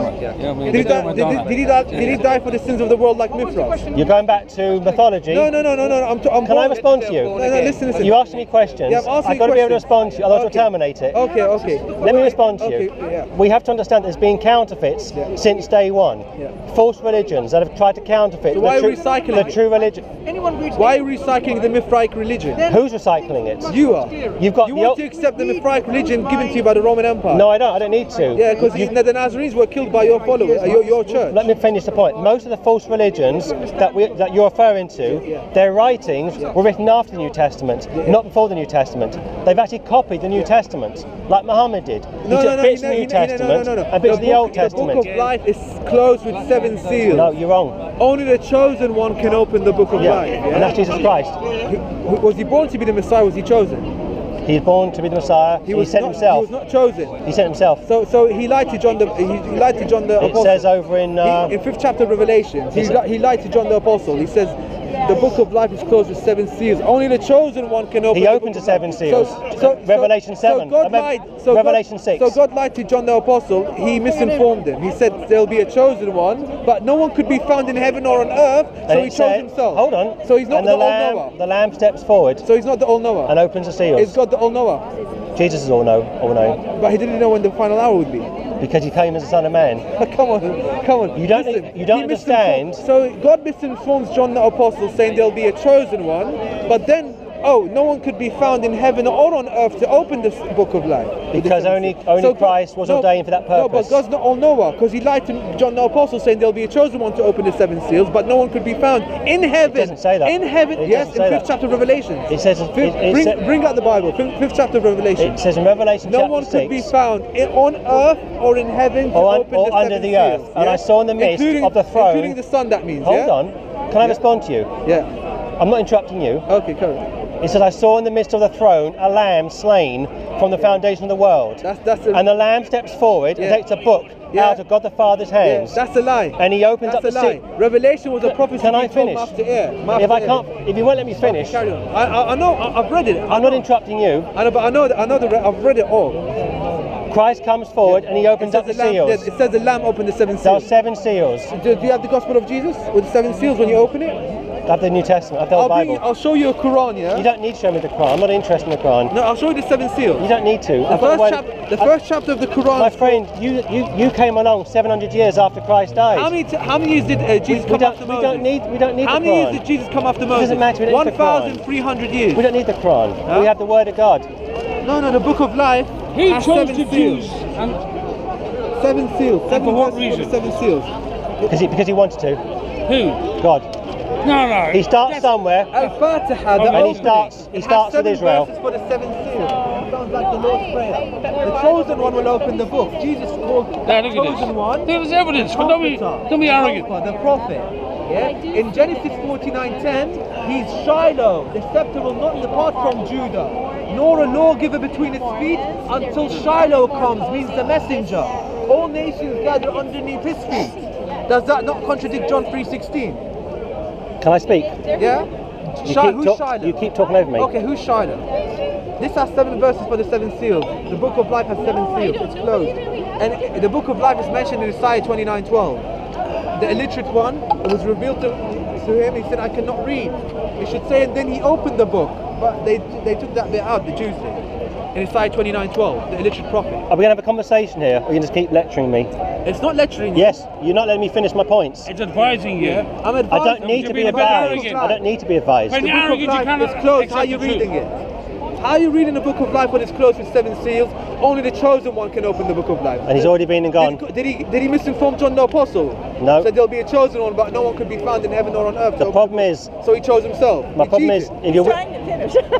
Speaker 10: Did he, die, did, he- did he die, did he die for the sins of the world like Mithras?
Speaker 4: You're going back to mythology.
Speaker 10: No, no, no, no, no. I'm, t- I'm
Speaker 4: Can I
Speaker 10: born-
Speaker 4: respond to you?
Speaker 10: No, no, listen, listen.
Speaker 4: You asked me questions.
Speaker 10: Yeah, I'm asking
Speaker 4: I've got to be able to
Speaker 10: questions.
Speaker 4: respond to you, otherwise
Speaker 10: Okay.
Speaker 4: we'll terminate it.
Speaker 10: Okay, okay.
Speaker 4: Let me respond to you.
Speaker 10: Okay, yeah.
Speaker 4: We have to understand there's been counterfeits
Speaker 10: Yeah.
Speaker 4: since day one.
Speaker 10: Yeah.
Speaker 4: False religions that have tried to counterfeit
Speaker 10: So
Speaker 4: the,
Speaker 10: why
Speaker 4: true,
Speaker 10: recycle
Speaker 4: the
Speaker 10: it?
Speaker 4: true religion.
Speaker 1: Anyone reach
Speaker 10: Why are you recycling the Mithraic religion?
Speaker 4: Who's recycling it?
Speaker 10: You are.
Speaker 4: You've got
Speaker 10: You
Speaker 4: the
Speaker 10: want
Speaker 4: old-
Speaker 10: to accept the Mithraic religion given to you by the Roman Empire?
Speaker 4: No, I don't. I don't need to.
Speaker 10: Yeah, because the Nazarenes were killed by your followers, uh, your, your church.
Speaker 4: Let me finish the point. Most of the false religions that we that you're referring to, their writings were written after the New Testament, not before the New Testament. They've actually copied the New Testament, like Muhammad did. He
Speaker 10: No,
Speaker 4: took
Speaker 10: no, no,
Speaker 4: bits
Speaker 10: no,
Speaker 4: of the New
Speaker 10: no, no, no,
Speaker 4: Testament
Speaker 10: no, no,
Speaker 4: and bits of the
Speaker 10: book-
Speaker 4: Old Testament.
Speaker 10: The book of life is closed with seven seals.
Speaker 4: No, you're wrong.
Speaker 10: Only the chosen one can open the book of
Speaker 4: Yeah,
Speaker 10: life. yeah?
Speaker 4: and that's Jesus Christ.
Speaker 10: Who- who- Was he born to be the Messiah? Was he chosen?
Speaker 4: He's born to be the Messiah. He,
Speaker 10: was
Speaker 4: sent
Speaker 10: not, He
Speaker 4: himself.
Speaker 10: was not chosen.
Speaker 4: he sent himself.
Speaker 10: So, so he lied to John the. He, he lied to John the.
Speaker 4: It
Speaker 10: Apostle.
Speaker 4: says over in. Uh,
Speaker 10: He- in fifth chapter of Revelation, he,
Speaker 4: Yes,
Speaker 10: li-
Speaker 4: sir.
Speaker 10: he lied to John the Apostle. He says, "The book of life is closed with seven seals. Only the chosen one can open."
Speaker 4: He
Speaker 10: the
Speaker 4: opened
Speaker 10: book
Speaker 4: the
Speaker 10: of
Speaker 4: seven
Speaker 10: life."
Speaker 4: seals. Revelation
Speaker 10: So
Speaker 4: seven.
Speaker 10: God
Speaker 4: I meant
Speaker 10: lied. So
Speaker 4: Revelation
Speaker 10: God,
Speaker 4: six.
Speaker 10: So God lied to John the Apostle. He misinformed him. He said there'll be a chosen one, but no one could be found in heaven or on earth.
Speaker 4: and
Speaker 10: So
Speaker 4: it
Speaker 10: he chose
Speaker 4: said-
Speaker 10: himself.
Speaker 4: Hold on.
Speaker 10: So he's not
Speaker 4: and
Speaker 10: the,
Speaker 4: the
Speaker 10: all
Speaker 4: lamb.
Speaker 10: knower.
Speaker 4: The lamb steps forward
Speaker 10: So he's not the all knower.
Speaker 4: and opens the seals.
Speaker 10: Is God the all knower?
Speaker 4: Jesus is all know, all knowing,
Speaker 10: But he didn't know when the final hour would be.
Speaker 4: because he came as the Son of Man.
Speaker 10: come on, come on.
Speaker 4: You don't- you don't
Speaker 10: he misinformed-
Speaker 4: understand.
Speaker 10: So God misinforms John the Apostle, saying there'll be a chosen one, but then, oh, no one could be found in heaven or on earth to open this book of life. With
Speaker 4: Because
Speaker 10: the seven
Speaker 4: only-
Speaker 10: seals.
Speaker 4: only
Speaker 10: God-
Speaker 4: Christ was ordained for that
Speaker 10: No, but
Speaker 4: purpose.
Speaker 10: God's not all knower, because He lied to John the Apostle, saying there'll be a chosen one to open the seven seals, but no one could be found in heaven.
Speaker 4: doesn't say that.
Speaker 10: In heaven,
Speaker 4: It
Speaker 10: yes, in
Speaker 4: doesn't say
Speaker 10: fifth
Speaker 4: that.
Speaker 10: chapter of Revelation.
Speaker 4: It says- it-
Speaker 10: Fifth-
Speaker 4: it
Speaker 10: bring,
Speaker 4: said-
Speaker 10: bring out the Bible, fifth, fifth chapter of Revelation.
Speaker 4: It says in Revelation
Speaker 10: no
Speaker 4: chapter
Speaker 10: one could be
Speaker 4: six.
Speaker 10: found in, on earth or in heaven to
Speaker 4: Or un-
Speaker 10: open
Speaker 4: or
Speaker 10: the
Speaker 4: under
Speaker 10: seven
Speaker 4: the earth.
Speaker 10: seals,
Speaker 4: And I saw in the midst
Speaker 10: Including-
Speaker 4: of the throne-
Speaker 10: including the sun. That means.
Speaker 4: Hold
Speaker 10: yeah?
Speaker 4: on. Can I respond to you?
Speaker 10: Yeah.
Speaker 4: I'm not interrupting you.
Speaker 10: Okay, correct.
Speaker 4: It says, I saw in the midst of the throne a lamb slain from the foundation of the world.
Speaker 10: That's that's a,
Speaker 4: and the lamb steps forward
Speaker 10: Yeah.
Speaker 4: and takes a book
Speaker 10: Yeah.
Speaker 4: out of God the Father's
Speaker 10: yeah,
Speaker 4: hands.
Speaker 10: that's a lie.
Speaker 4: and he opens
Speaker 10: that's
Speaker 4: up
Speaker 10: a
Speaker 4: the
Speaker 10: lie.
Speaker 4: sea.
Speaker 10: Revelation was a prophecy.
Speaker 4: Can I
Speaker 10: being told
Speaker 4: finish?
Speaker 10: Mouth to ear. Mouth
Speaker 4: If
Speaker 10: to
Speaker 4: I
Speaker 10: ear.
Speaker 4: can't, if you won't let me finish,
Speaker 10: carry on. I, I, I know. I, I've read it. I
Speaker 4: I'm not interrupting you.
Speaker 10: I know, but I know, that- I know that I've read it all.
Speaker 4: Christ comes forward and he opens up the
Speaker 10: it, says the lamb,
Speaker 4: seals.
Speaker 10: it says the lamb opened the seven
Speaker 4: There are
Speaker 10: seals.
Speaker 4: seven seals.
Speaker 10: Do, do you have the Gospel of Jesus with the seven seals when you open it?
Speaker 4: I have the New Testament. I have the
Speaker 10: I'll,
Speaker 4: whole
Speaker 10: bring you,
Speaker 4: Bible.
Speaker 10: I'll show you a Quran, yeah?
Speaker 4: You don't need to show me the Quran. I'm not interested in the Quran.
Speaker 10: no, I'll show you the seven seals.
Speaker 4: You don't need to.
Speaker 10: The
Speaker 4: I've
Speaker 10: first,
Speaker 4: got the word-
Speaker 10: chap- the
Speaker 4: I-
Speaker 10: first chapter of the Quran.
Speaker 4: My friend, you, you, you came along 700 years after Christ died.
Speaker 10: How many, t- how many years did uh,
Speaker 4: we,
Speaker 10: Jesus
Speaker 4: we
Speaker 10: come
Speaker 4: don't,
Speaker 10: after
Speaker 4: we
Speaker 10: Moses?
Speaker 4: don't need we don't need
Speaker 10: how
Speaker 4: the
Speaker 10: many
Speaker 4: Quran.
Speaker 10: years did Jesus come after Moses?
Speaker 4: doesn't matter, we don't need the Quran.
Speaker 10: 1,300 years.
Speaker 4: We don't need the Quran.
Speaker 10: Huh?
Speaker 4: We have the Word of God.
Speaker 10: No, no, the book of life.
Speaker 9: He
Speaker 10: has
Speaker 9: chose
Speaker 10: seven
Speaker 9: the
Speaker 10: seals.
Speaker 9: Jews. And
Speaker 10: Seven seals. Seven
Speaker 9: for what
Speaker 10: tests the
Speaker 9: reason?
Speaker 10: Seven seals.
Speaker 4: Because he, because he wanted to.
Speaker 9: who?
Speaker 4: God.
Speaker 9: No, no.
Speaker 4: He starts
Speaker 9: That's-
Speaker 4: somewhere.
Speaker 10: Al-Fatiha, the
Speaker 9: And he
Speaker 10: opening.
Speaker 4: starts- he
Speaker 10: It has
Speaker 4: starts with
Speaker 10: seven
Speaker 4: Israel.
Speaker 10: verses for the seven seals. It sounds like the Lord's Prayer. The chosen one will open the book. Jesus called
Speaker 9: Now,
Speaker 10: the
Speaker 9: look at
Speaker 10: chosen one.
Speaker 9: this. There is evidence. But don't be,
Speaker 10: Comforter,
Speaker 9: don't be arrogant.
Speaker 10: Helper, The prophet. Yeah? In Genesis 49:10, he's Shiloh. The scepter will not depart from Judah, nor a lawgiver between his feet until Shiloh comes, means the messenger. All nations gather underneath his feet. Does that not contradict John 3:16?
Speaker 4: Can I speak?
Speaker 10: Yeah. Shi-
Speaker 4: You, keep
Speaker 10: who's
Speaker 4: talk-
Speaker 10: Shiloh?
Speaker 4: you keep talking over me.
Speaker 10: Okay, who's Shiloh? This has seven verses for the seven seals. The book of life has seven seals. It's closed. And the book of life is mentioned in Isaiah 29:12. The illiterate one, it was revealed to, to him, he said, I cannot read. It should say, and then he opened the book. But they, they took that bit out, the Jews did. In Isaiah 29:12, the illiterate prophet.
Speaker 4: Are we going to have a conversation here? Or are you going to keep lecturing me?
Speaker 10: It's not lecturing
Speaker 4: you. Yes, you're not letting me finish my points. It's
Speaker 11: advising you.
Speaker 10: I'm
Speaker 4: I don't need to be advised. I don't need to be advised.
Speaker 10: The book of life is closed. How are you reading it? How are you reading the book of life when it's closed with seven seals? Only the chosen one can open the book of life.
Speaker 4: And he's already been and gone.
Speaker 10: Did he did he misinform John the apostle?
Speaker 4: No.
Speaker 10: Said there'll be a chosen one, but no one could be found in heaven or on earth.
Speaker 4: The problem is,
Speaker 10: So he chose himself.
Speaker 4: my problem is, if you're, wi-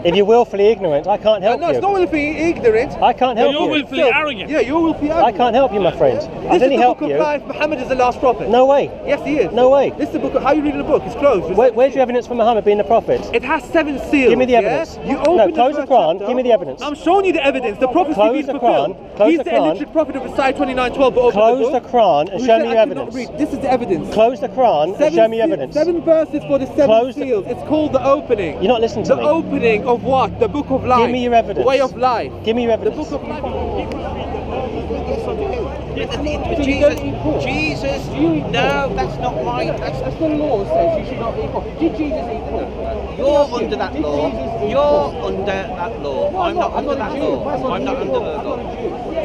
Speaker 4: if you're willfully ignorant, I can't help
Speaker 10: Uh, no,
Speaker 4: you.
Speaker 10: it's not willfully ignorant.
Speaker 4: I can't help you.
Speaker 10: So- Yeah, you're willfully arrogant.
Speaker 4: I can't help you, my friend. I
Speaker 10: This
Speaker 4: can
Speaker 10: is the
Speaker 4: only help
Speaker 10: book of
Speaker 4: you.
Speaker 10: life. Muhammad is the last prophet.
Speaker 4: No way.
Speaker 10: Yes, he is.
Speaker 4: No way.
Speaker 10: This is the book. Of, how you reading the book? It's closed.
Speaker 4: Where, where's your evidence for Muhammad being a prophet?
Speaker 10: It has seven seals.
Speaker 4: Give me the
Speaker 10: yeah?
Speaker 4: evidence.
Speaker 10: You
Speaker 4: No,
Speaker 10: open
Speaker 4: close the
Speaker 10: first
Speaker 4: Quran,
Speaker 10: chapter.
Speaker 4: give me the evidence.
Speaker 10: I'm showing you the evidence. The prophecy
Speaker 4: Close
Speaker 10: being
Speaker 4: the
Speaker 10: fulfilled.
Speaker 4: Quran, close
Speaker 10: He's
Speaker 4: the
Speaker 10: the,
Speaker 4: Quran.
Speaker 10: illiterate prophet of Isaiah 29:12. But open
Speaker 4: Close
Speaker 10: the,
Speaker 4: the
Speaker 10: book.
Speaker 4: Quran and
Speaker 10: Who
Speaker 4: show
Speaker 10: said,
Speaker 4: me
Speaker 10: "I
Speaker 4: your
Speaker 10: cannot
Speaker 4: evidence.
Speaker 10: read." This is the evidence.
Speaker 4: Close the Quran and
Speaker 10: Seven
Speaker 4: show me your
Speaker 10: se-
Speaker 4: evidence.
Speaker 10: Seven verses for the seven
Speaker 4: Close the-
Speaker 10: seals. It's called the opening.
Speaker 4: You're not listening to
Speaker 10: the
Speaker 4: me.
Speaker 10: The opening of what? The book of life.
Speaker 4: Give me your evidence.
Speaker 10: Way of life.
Speaker 4: Give me your evidence.
Speaker 10: The book of life.
Speaker 8: But Jesus, Jesus, no, that's not my. That's, the law says you should not eat pork. Did Jesus eat pork? You're under that law. You're under that law. I'm not under that law. I'm not under the law.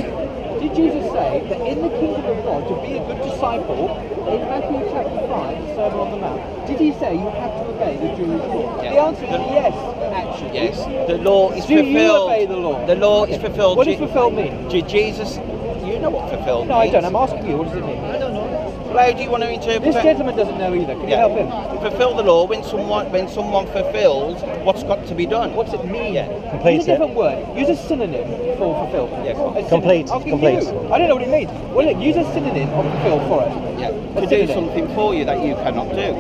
Speaker 12: Did Jesus say that in the kingdom of God, to be a good disciple, in Matthew chapter 5, the Sermon on the Mount, did he say you have to obey the Jewish law?
Speaker 8: Yeah.
Speaker 12: The answer is
Speaker 8: The-
Speaker 12: yes, actually.
Speaker 8: Yes, the law is
Speaker 12: Do you
Speaker 8: fulfilled.
Speaker 12: obey the law?
Speaker 8: is fulfilled.
Speaker 12: What does
Speaker 8: Je-
Speaker 12: fulfilled mean?
Speaker 8: Je- Jesus, you know what fulfilled
Speaker 12: No, I
Speaker 8: means.
Speaker 12: don't. I'm asking you, what does it mean? I don't know.
Speaker 8: Well, how do you want to interpret
Speaker 12: This
Speaker 8: it?
Speaker 12: gentleman doesn't know either. Can you help him?
Speaker 8: Fulfill the law when someone when someone fulfills what's got to be done. What's it mean? Yeah.
Speaker 4: Complete
Speaker 12: Use a different word. Use a synonym for fulfill. Yeah,
Speaker 4: Complete, complete.
Speaker 12: I don't know what it means. Well, look, use a synonym of fulfill for us.
Speaker 8: Yeah.
Speaker 12: A
Speaker 8: To do
Speaker 12: synonym.
Speaker 8: something for you that you cannot do.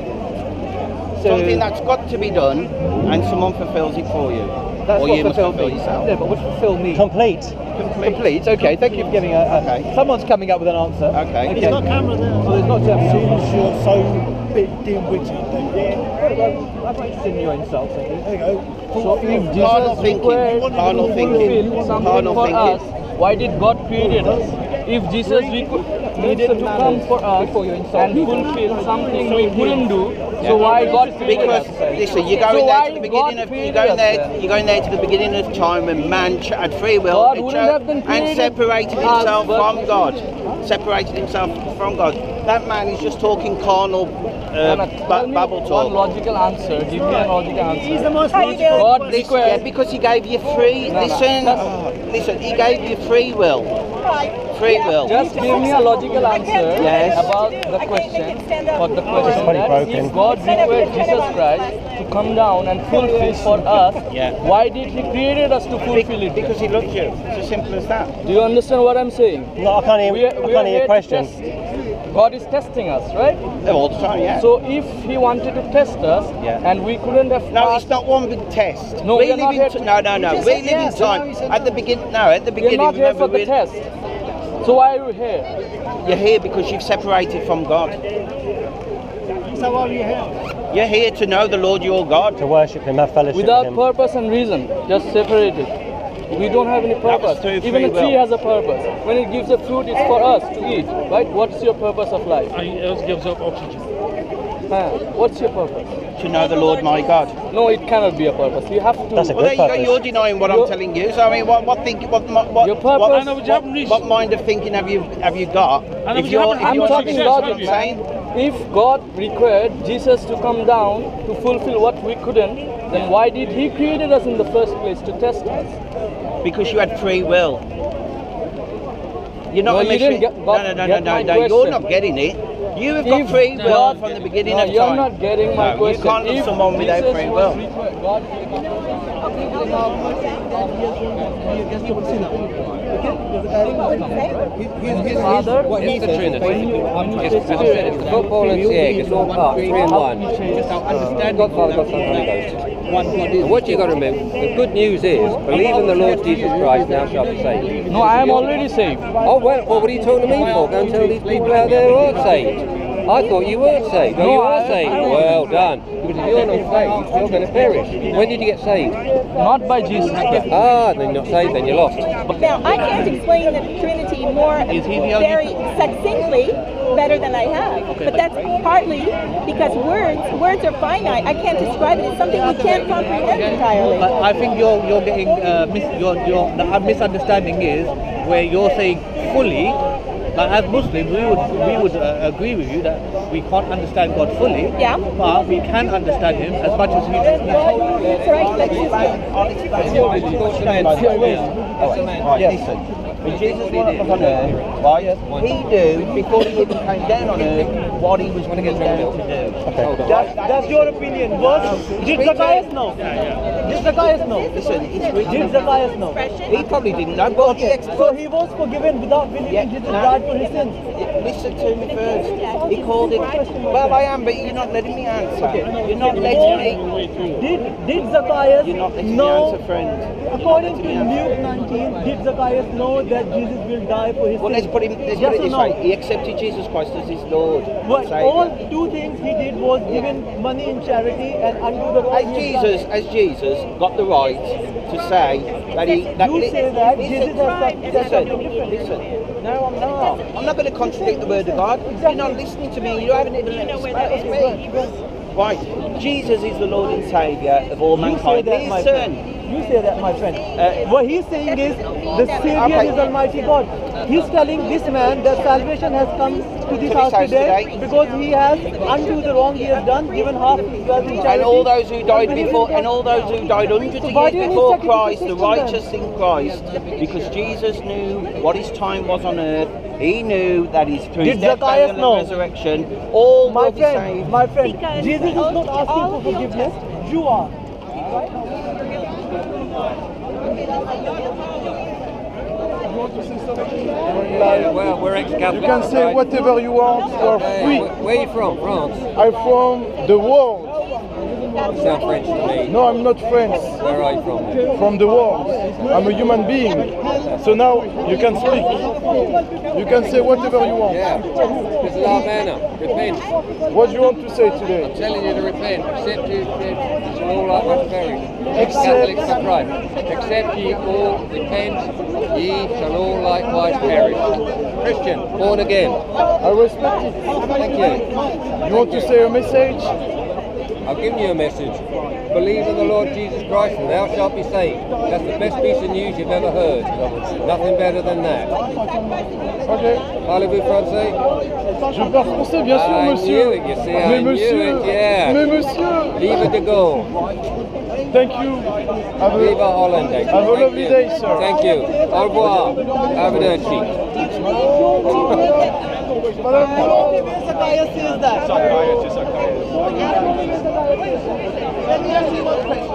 Speaker 12: So-
Speaker 8: something that's got to be done and someone fulfills it for you.
Speaker 12: That's
Speaker 8: or
Speaker 12: what
Speaker 8: you must
Speaker 12: fulfill
Speaker 8: fulfill
Speaker 12: means.
Speaker 8: yourself.
Speaker 12: No, but what's fulfill mean?
Speaker 4: Complete.
Speaker 8: Complete.
Speaker 12: Okay, thank you for giving a. a- Someone's coming up with an answer. Okay.
Speaker 13: There's no camera there.
Speaker 12: Oh, there's not a camera.
Speaker 13: Since you're so big dim witted, then
Speaker 12: yeah. I'd like to send you insult. There you
Speaker 13: go.
Speaker 8: Carnal thinking. Carnal thinking. Carnal
Speaker 9: for us.
Speaker 8: thinking.
Speaker 9: Why did God created us? If Jesus we could, needed to come for us and fulfill something we couldn't do, so why God created
Speaker 8: Because,
Speaker 9: us?
Speaker 8: listen, you're going
Speaker 9: so
Speaker 8: there
Speaker 9: why
Speaker 8: to the
Speaker 9: God
Speaker 8: beginning of you're
Speaker 9: created
Speaker 8: going
Speaker 9: us
Speaker 8: there you're going there to the beginning of time when man ch- had free will
Speaker 9: God
Speaker 8: and
Speaker 9: wouldn't
Speaker 8: cho-
Speaker 9: have been
Speaker 8: and
Speaker 9: created
Speaker 8: separated
Speaker 9: as
Speaker 8: himself
Speaker 9: God.
Speaker 8: from God. Separated himself from God. That man is just talking carnal uh, ba- babble talk.
Speaker 9: One logical answer. Give me a logical answer. God
Speaker 8: God yeah,
Speaker 9: required.
Speaker 8: because he gave you free.
Speaker 9: No, no,
Speaker 8: listen, listen. He gave you free will. Free will.
Speaker 9: Just give me a logical answer
Speaker 8: Yes.
Speaker 9: about the question or the question
Speaker 8: pretty
Speaker 9: that
Speaker 8: broken.
Speaker 9: if God required Jesus Christ to come down and fulfill for us, why did He created us to fulfill it?
Speaker 8: Because He loves you. It's as simple as that.
Speaker 9: Do you understand what I'm saying?
Speaker 4: No, I can't hear.
Speaker 9: We are,
Speaker 4: I
Speaker 9: we
Speaker 4: can't
Speaker 9: are here to
Speaker 4: hear your question.
Speaker 9: test. God is testing us, right?
Speaker 8: all the time, yeah.
Speaker 9: So if He wanted to test us, and we couldn't have.
Speaker 8: No, it's not one big test.
Speaker 9: No,
Speaker 8: we
Speaker 9: we are
Speaker 8: live
Speaker 9: not
Speaker 8: in
Speaker 9: here
Speaker 8: t-
Speaker 9: to-
Speaker 8: no, no, no.
Speaker 9: You
Speaker 8: We
Speaker 9: just
Speaker 8: live
Speaker 9: said
Speaker 8: in
Speaker 9: yes,
Speaker 8: time. At the beginning, no, at the
Speaker 9: We are
Speaker 8: beginning,
Speaker 9: not here
Speaker 8: remember
Speaker 9: for the
Speaker 8: we're-
Speaker 9: test. So why are we here?
Speaker 8: You're here because you've separated from God.
Speaker 13: So why are you here?
Speaker 8: You're here to know the Lord your God.
Speaker 4: To worship Him, have fellowship
Speaker 9: Without
Speaker 4: with Him.
Speaker 9: purpose and reason, just separated. We don't have any purpose.
Speaker 4: through
Speaker 9: Even
Speaker 4: free
Speaker 9: a tree
Speaker 4: will.
Speaker 9: has a purpose. When it gives a fruit, it's for us to eat, right? What's your purpose of life? It gives up oxygen. What's your purpose?
Speaker 8: To know the Lord my God.
Speaker 9: No, it cannot be a purpose. You have to.
Speaker 8: well, there you go. You're denying what I'm telling you. So I mean, what, what think, what, what, what, what,
Speaker 9: purpose- I
Speaker 8: what,
Speaker 9: know, but you haven't
Speaker 8: what mind of thinking have you have you got?
Speaker 9: And
Speaker 8: if you're, if
Speaker 9: I'm
Speaker 8: you're
Speaker 9: talking
Speaker 8: successful,
Speaker 9: logic,
Speaker 8: I'm saying,
Speaker 9: man. If God required Jesus to come down to fulfill what we couldn't, then why did He created us in the first place to test us?
Speaker 8: Because you had free will. You're not
Speaker 9: No,
Speaker 8: a
Speaker 9: you
Speaker 8: machine.
Speaker 9: didn't get-
Speaker 8: no, no, no,
Speaker 9: get
Speaker 8: no,
Speaker 9: my
Speaker 8: no, no. You're
Speaker 9: question.
Speaker 8: not getting it. You have got
Speaker 9: If
Speaker 8: free will
Speaker 9: God-
Speaker 8: from the beginning
Speaker 9: no,
Speaker 8: of time.
Speaker 9: you're not getting my
Speaker 8: no,
Speaker 9: question.
Speaker 8: You can't love
Speaker 9: If
Speaker 8: someone without
Speaker 9: Jesus
Speaker 8: free
Speaker 9: was
Speaker 8: will.
Speaker 12: Father,
Speaker 14: What he says is basically one person.
Speaker 12: God, Paul and Egg, it's all part, three in one.
Speaker 14: Uh,
Speaker 12: God, Father, God, Son, Holy Ghost.
Speaker 14: And what you got to remember, the good news is, believe in the Lord Jesus Christ, now shalt be saved.
Speaker 9: No, I am already saved.
Speaker 14: Oh well, well, what are you talking to me for? Go and tell these people out there who aren't saved. I thought you weren't saved. Oh,
Speaker 15: No,
Speaker 14: you
Speaker 15: I-
Speaker 14: are saved.
Speaker 15: I don't-
Speaker 14: Well done. Because if you're not saved, you're going to perish. When did you get saved?
Speaker 15: Not by Jesus.
Speaker 14: Ah, then you're not saved, then you're lost.
Speaker 1: Now, I can't explain the Trinity more
Speaker 14: Is he the only-
Speaker 1: very succinctly better than I have. But that's partly because words words are finite. I can't describe it. It's something we can't comprehend entirely.
Speaker 10: Uh,
Speaker 16: But I think you're you're getting uh, mis- you're, you're, the uh, misunderstanding is where you're saying fully. Like as Muslims, we would we would uh, agree with you that we can't understand God fully.
Speaker 1: Yeah.
Speaker 16: But we can understand Him as much as He does.
Speaker 17: Right, listen. When Jesus walked upon earth, right, he knew before he even came down on earth what he was going to down to do.
Speaker 8: That's, that's your opinion. Was did Zacchaeus know? Did Zacchaeus know?
Speaker 17: Listen, it's
Speaker 8: Did Zacchaeus know?
Speaker 17: He probably didn't know, but he
Speaker 8: Okay, so he was forgiven without believing Jesus died for his sins.
Speaker 17: Listen to me first. He called it. Well, I am, but you're not letting me answer. You're not letting me.
Speaker 8: Did did Zacchaeus
Speaker 17: You're not letting me
Speaker 8: know?
Speaker 17: answer, friend.
Speaker 8: According to Luke 19, did Zacchaeus know that Jesus will die for his
Speaker 17: Well,
Speaker 8: sins?
Speaker 17: let's put him. Let's
Speaker 8: yes
Speaker 17: put it
Speaker 8: or
Speaker 17: this
Speaker 8: no?
Speaker 17: way. He accepted Jesus Christ as his Lord. and
Speaker 8: But
Speaker 17: Saviour.
Speaker 8: all two things he did was given money in charity and undo the wrong.
Speaker 17: As Jesus, as Jesus got the right to say that he. That
Speaker 8: You say that Jesus has said- said
Speaker 17: listen,
Speaker 8: something different.
Speaker 17: listen. No, I'm not. I'm not going to contradict the word of God. You're not listening to me. You haven't even let me speak. Right. Jesus is the Lord and Saviour of all
Speaker 8: You say
Speaker 17: mankind.
Speaker 8: that, my friend.
Speaker 17: Listen.
Speaker 8: You say that, my friend. Uh, what he's saying is the Savior
Speaker 17: Okay.
Speaker 8: is Almighty God. He's telling this man that salvation has come to this
Speaker 17: this
Speaker 8: house
Speaker 17: house
Speaker 8: today
Speaker 17: today.
Speaker 8: because he has undo the wrong he has done, given half his wealth in charity.
Speaker 17: And all those who died
Speaker 8: believe in
Speaker 17: before,
Speaker 8: God.
Speaker 17: and all those who died hundreds
Speaker 8: So
Speaker 17: of
Speaker 8: why
Speaker 17: years
Speaker 8: do you need
Speaker 17: before
Speaker 8: sacrificial
Speaker 17: Christ, the
Speaker 8: system then?
Speaker 17: righteous in Christ, because Jesus knew what his time was on earth. He knew that his through his
Speaker 8: Did
Speaker 17: death, burial,
Speaker 8: Zacchaeus
Speaker 17: and
Speaker 8: know?
Speaker 17: resurrection, all
Speaker 8: My
Speaker 17: will be
Speaker 8: friend,
Speaker 17: saved.
Speaker 8: my friend,
Speaker 17: Because
Speaker 8: Jesus is not asking for forgiveness. You are.
Speaker 14: Well, we're Uh,
Speaker 18: You can say whatever you want for free.
Speaker 14: Where are you from? France?
Speaker 18: I'm from the world.
Speaker 14: You sound French to me.
Speaker 18: No, I'm not French.
Speaker 14: Where are you from?
Speaker 18: From the world. I'm a human being. So now you can speak. You can say whatever you want.
Speaker 14: This is our manner. Repent.
Speaker 18: What do you want to say today?
Speaker 14: I'm telling you to repent. Accept you. It's all like one fairy.
Speaker 18: Accept-
Speaker 14: Catholics are right. Accept ye all. Repent. Ye shall all likewise perish. Christian, born again.
Speaker 18: I respect it. Thank
Speaker 14: you.
Speaker 18: You want to say a message?
Speaker 14: I've given you a message. Believe in the Lord Jesus Christ and thou shalt be saved. That's the best piece of news you've ever heard. Nothing better than that.
Speaker 18: Okay.
Speaker 14: Parlez-vous français?
Speaker 18: Je parle français, bien sûr,
Speaker 14: I
Speaker 18: monsieur.
Speaker 14: knew it, you see, I
Speaker 18: Mais
Speaker 14: knew
Speaker 18: monsieur,
Speaker 14: it, yeah.
Speaker 18: mais monsieur.
Speaker 14: Viva de Gaulle.
Speaker 18: Thank you. Have a,
Speaker 14: Viva Holland. Have
Speaker 18: a lovely day, sir.
Speaker 14: Thank you. Au revoir. Arrivederci.
Speaker 8: Zacchaeus says that.
Speaker 16: Let me ask you one question.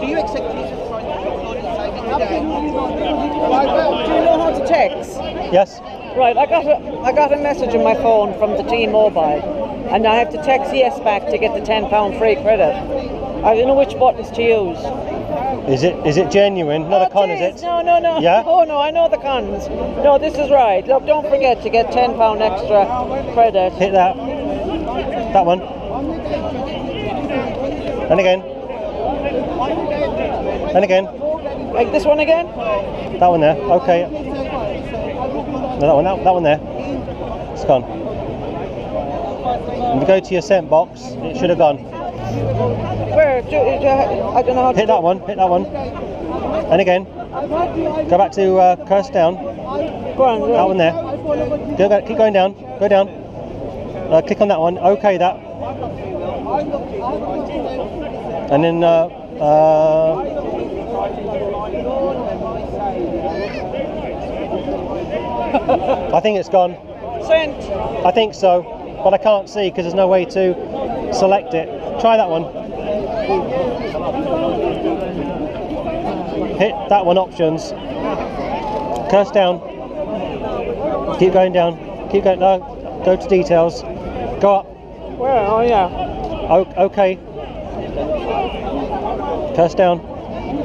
Speaker 16: Do you accept Jesus Christ as your Lord and Savior today?
Speaker 13: Do you know how to text?
Speaker 4: Yes.
Speaker 13: Right, I got a, I got a message on my phone from the T-Mobile, and I have to text yes back to get the ten pound free credit. I don't know which buttons to use. Oh,
Speaker 4: Is it is it genuine? Not a con, is it?
Speaker 13: No, no, no.
Speaker 4: Yeah?
Speaker 13: Oh no, I know the cons. No, this is right. Look, don't forget to get ten pound extra credit.
Speaker 4: Hit that. That one. And again. And again.
Speaker 13: Like this one again?
Speaker 4: That one there. Okay. No, that one. That, that one there. It's gone. If you go to your sent box, it should have gone.
Speaker 13: Where? Do, do, I don't know how to.
Speaker 4: Hit that one. Hit that one. And again. Go back to uh, curse down.
Speaker 13: Go on.
Speaker 4: That one there. Go, go, keep going down. Go down. Uh, click on that one. Okay, that. And then. Uh, uh, I think it's gone.
Speaker 13: Sent.
Speaker 4: I think so, but I can't see because there's no way to select it. Try that one. Hit that one, options. Curse down. Keep going down. Keep going. No, go to details. Go up.
Speaker 13: Where? Oh yeah.
Speaker 4: O- okay. Curse down.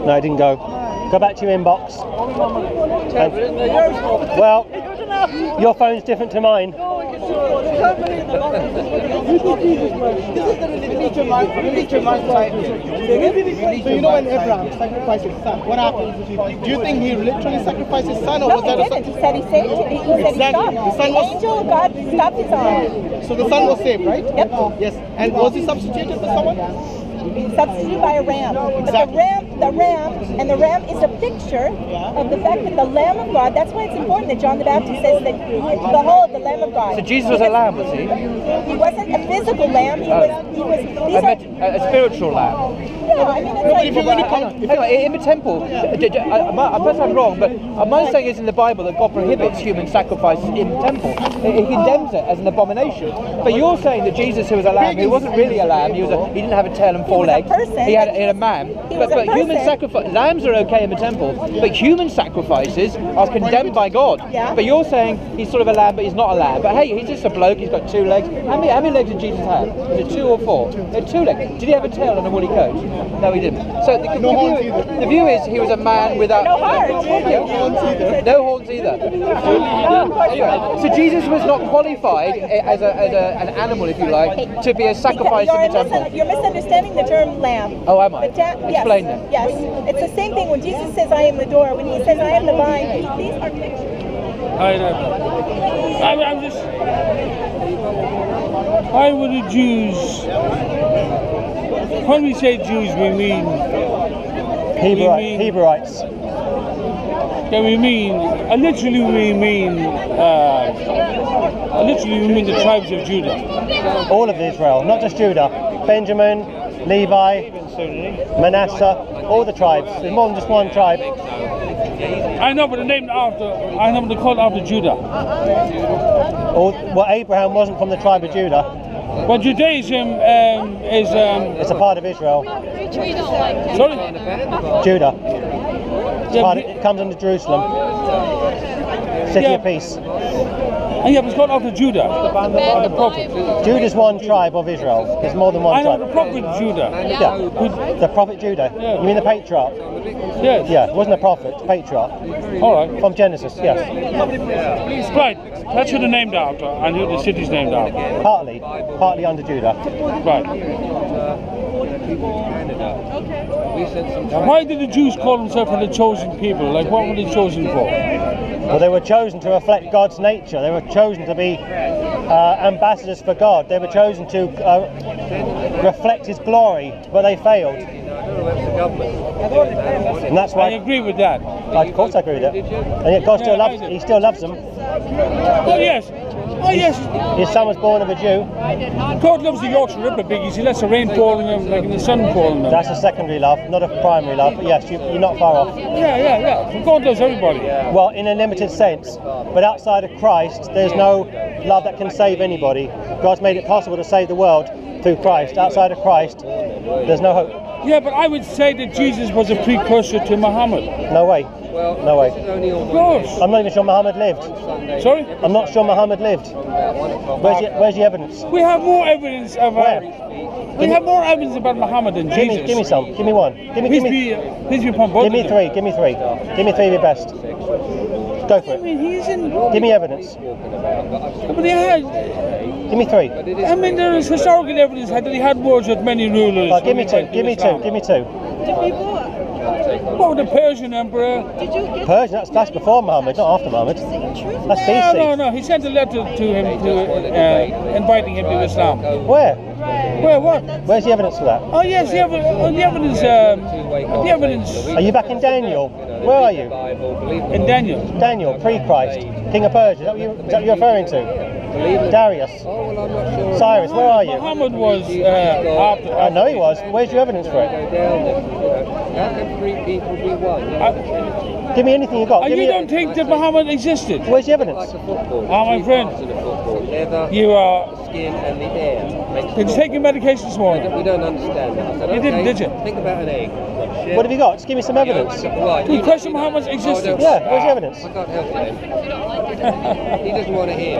Speaker 4: No, it didn't go. Go back to your inbox. And- well, your phone's different to mine.
Speaker 19: So you know when Abraham sacrificed his son, what happened? Do you think he literally sacrificed his son, or was that a
Speaker 1: he didn't. He said he saved him. He
Speaker 19: Exactly.
Speaker 1: said he stopped.
Speaker 19: The son was-
Speaker 1: angel of God stopped his arm.
Speaker 19: So the son was saved, right?
Speaker 1: Yep.
Speaker 19: Yes. And was he substituted for someone?
Speaker 1: Substituted by a ram. But the ram, the ram, and the ram is a picture of the fact that the Lamb of God. That's why it's important that John the Baptist says that behold the Lamb of God.
Speaker 8: So Jesus was a lamb, was he?
Speaker 1: He wasn't a physical lamb. He was. He was. These
Speaker 8: I
Speaker 1: are.
Speaker 8: meant a, a spiritual lamb.
Speaker 1: Yeah, I mean, it's like.
Speaker 8: Hang on, hang on, in the temple, d- d- I, I, perhaps I'm wrong, but my saying is in the Bible that God prohibits human sacrifices in the temple. He he condemns it as an abomination. But you're saying that Jesus, who was a lamb, he wasn't really a lamb. He was a, he didn't have a tail and four legs. He had, he had a man.
Speaker 1: He
Speaker 8: but
Speaker 1: was a
Speaker 8: but human
Speaker 1: person.
Speaker 8: sacrifice, lambs are okay in the temple, but human sacrifices are condemned by God.
Speaker 1: Yeah.
Speaker 8: But you're saying he's sort of a lamb, but he's not a lamb. But hey, he's just a bloke. He's got two legs. How many, how many legs did Jesus have? Was it two or four? No, two legs. Did he have a tail and a woolly coat? No, he didn't. So the, the view, the view is he was a man without no horns. No horns either. Anyway, so Jesus was not qualified a- as, a, as a, an animal, if you like, to be a sacrifice
Speaker 1: You're,
Speaker 8: in the temple.
Speaker 1: misun- you're misunderstanding the term lamb.
Speaker 8: Oh, am I?
Speaker 1: The ta- yes,
Speaker 8: Explain then.
Speaker 1: Yes, it's the same thing when Jesus says, "I am the door." When he says, "I am the vine," these are pictures.
Speaker 9: I know. I'm, I'm just. Why would the Jews? When we say Jews, we mean.
Speaker 4: Hebrite-
Speaker 9: Hebrewites. Yeah, we mean. Uh, literally, we mean. Uh, uh, literally, we mean the tribes of Judah.
Speaker 4: All of Israel, not just Judah, Benjamin, Levi, Manasseh, all the tribes. There's more than just one tribe.
Speaker 9: I know, but the name after. I know, but they call it after Judah.
Speaker 4: All, well, Abraham wasn't from the tribe of Judah.
Speaker 9: But Judaism um, is. Um,
Speaker 4: it's a part of Israel.
Speaker 9: Sorry.
Speaker 4: Judah. It's part of- it comes under Jerusalem, city
Speaker 9: Yeah.
Speaker 4: of peace.
Speaker 9: yeah, but it's not after Judah. The prophet.
Speaker 4: Judah's one tribe of Israel. There's more than one
Speaker 9: I know
Speaker 4: tribe.
Speaker 9: the prophet Judah.
Speaker 4: Yeah. The prophet Judah. You mean the patriarch?
Speaker 9: Yes.
Speaker 4: Yeah, it wasn't a prophet, patriarch.
Speaker 9: All right.
Speaker 4: From Genesis, yes.
Speaker 9: Right, that's who the name after, and who the city's named after.
Speaker 4: Partly, partly under Judah.
Speaker 9: Right. Why did the Jews call themselves the chosen people? Like, what were they chosen for?
Speaker 4: Well, they were chosen to reflect God's nature. They were chosen to be uh, ambassadors for God. They were chosen to uh, reflect His glory, but they failed. And that's why
Speaker 9: I agree with that.
Speaker 4: Of course, I agree with it. And yet, God still loves. He still loves them. Oh
Speaker 9: yes. Oh yes.
Speaker 4: His son was born of a Jew.
Speaker 9: God loves the Yorkshire Ripper biggies. He lets the rain fall on them like the sun fall on them.
Speaker 4: That's a secondary love, not a primary love. But yes, you, you're not far off.
Speaker 9: Yeah, yeah, yeah. God loves everybody.
Speaker 4: Well, in a limited sense, but outside of Christ, there's no love that can save anybody. God's made it possible to save the world through Christ. Outside of Christ, there's no hope.
Speaker 9: Yeah, but I would say that Jesus was a precursor to Muhammad.
Speaker 4: No way. No way.
Speaker 9: Of course.
Speaker 4: I'm not even sure Muhammad lived.
Speaker 9: Sorry?
Speaker 4: I'm not sure Muhammad lived. Where's the, where's the evidence?
Speaker 9: We have more evidence of. Uh, we
Speaker 4: Give
Speaker 9: have more evidence about Muhammad than
Speaker 4: Give
Speaker 9: Jesus.
Speaker 4: me, give me some. Give me one. Give me,
Speaker 9: He's
Speaker 4: give me,
Speaker 9: be- he's been from both
Speaker 4: give me
Speaker 9: of
Speaker 4: three.
Speaker 9: them.
Speaker 4: Give me three. Give me three of your best. Go for it. Give me evidence.
Speaker 9: But he had.
Speaker 4: Give me three.
Speaker 9: I mean, there is historical evidence that he had wars with many rulers.
Speaker 4: Oh, give me two.
Speaker 9: when he
Speaker 4: Give me
Speaker 9: went to
Speaker 4: two. Give me two.
Speaker 9: Islam. What with the Persian emperor?
Speaker 4: Persian. That's, that's before Muhammad, not after Muhammad. That's
Speaker 9: no,
Speaker 4: BC.
Speaker 9: no, no. He sent a letter to him to uh, inviting him to Islam.
Speaker 4: Where?
Speaker 9: Where? What?
Speaker 4: Where's the evidence for that?
Speaker 9: Oh yes, the, ev- oh, the evidence. Um, the evidence.
Speaker 4: Are you back in Daniel? Where are you?
Speaker 9: In Daniel.
Speaker 4: Daniel, pre-Christ, king of Persia. Is that what, you, is that what you're referring to? Darius. Cyrus, where are you?
Speaker 9: Muhammad was uh, after.
Speaker 4: I know he was. but Where's your evidence for it?
Speaker 8: Uh,
Speaker 4: Give me anything you got.
Speaker 9: Oh,
Speaker 4: Give
Speaker 9: you
Speaker 4: me
Speaker 9: don't think that Muhammad existed?
Speaker 4: Where's the evidence?
Speaker 9: Oh, my friend. You are. Did you take your medication this morning?
Speaker 14: We don't understand that. I said,
Speaker 9: You didn't,
Speaker 14: okay,
Speaker 9: did you?
Speaker 14: Think about an egg.
Speaker 4: What have you got? Just give me some evidence.
Speaker 9: We question Muhammad's existence.
Speaker 4: Yeah, where's the evidence?
Speaker 14: I can't help him. he doesn't want to hear.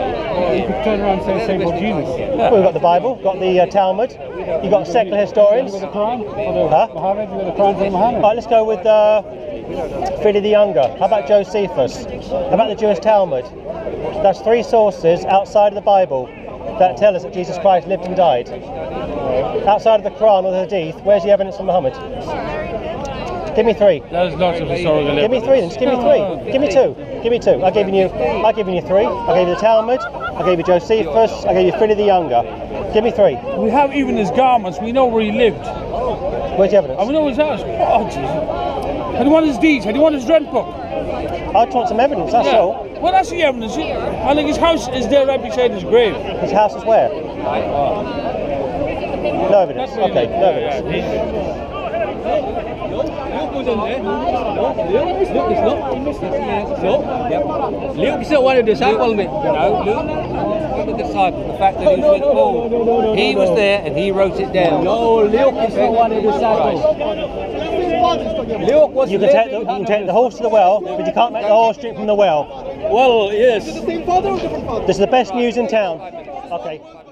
Speaker 14: You could turn around and say the same about Jesus.
Speaker 4: Well, we've got the Bible, we've got the uh, Talmud, you've got secular historians. Huh? Muhammad, the Quran Muhammad. All right, let's go with uh, Pliny the Younger. How about Josephus? How about the Jewish Talmud? That's three sources outside of the Bible that tell us that Jesus Christ lived and died. Outside of the Quran or the Hadith, where's the evidence for Muhammad? Give me three.
Speaker 9: There's lots of historical
Speaker 4: Give me three then.
Speaker 9: evidence.
Speaker 4: Just give me three. Give me two. Give me two. I gave you. I gave you three. I gave you the Talmud. I gave you Josephus. I gave you Pliny the Younger. Give me three.
Speaker 9: We have even his garments. We know where he lived.
Speaker 4: Where's the evidence?
Speaker 9: And we know his house. Oh, Jesus. And what his deeds? And what his rent book?
Speaker 4: I just want some evidence, that's all.
Speaker 9: Well, that's the evidence. I think his house is there right beside his grave.
Speaker 4: His house is where? No evidence. Okay, no evidence.
Speaker 8: Luke is not. No. Yep. Luke is not one of the disciples, mate.
Speaker 14: No, Luke, the disciple, the fact that he was with Paul, he was there and he wrote it down.
Speaker 8: No, Luke is not one of the disciples. Luke was
Speaker 4: You can take the, you can take the horse to the well, but you can't make the horse drink from the well.
Speaker 8: Well, yes.
Speaker 4: This is the best news in town. Okay.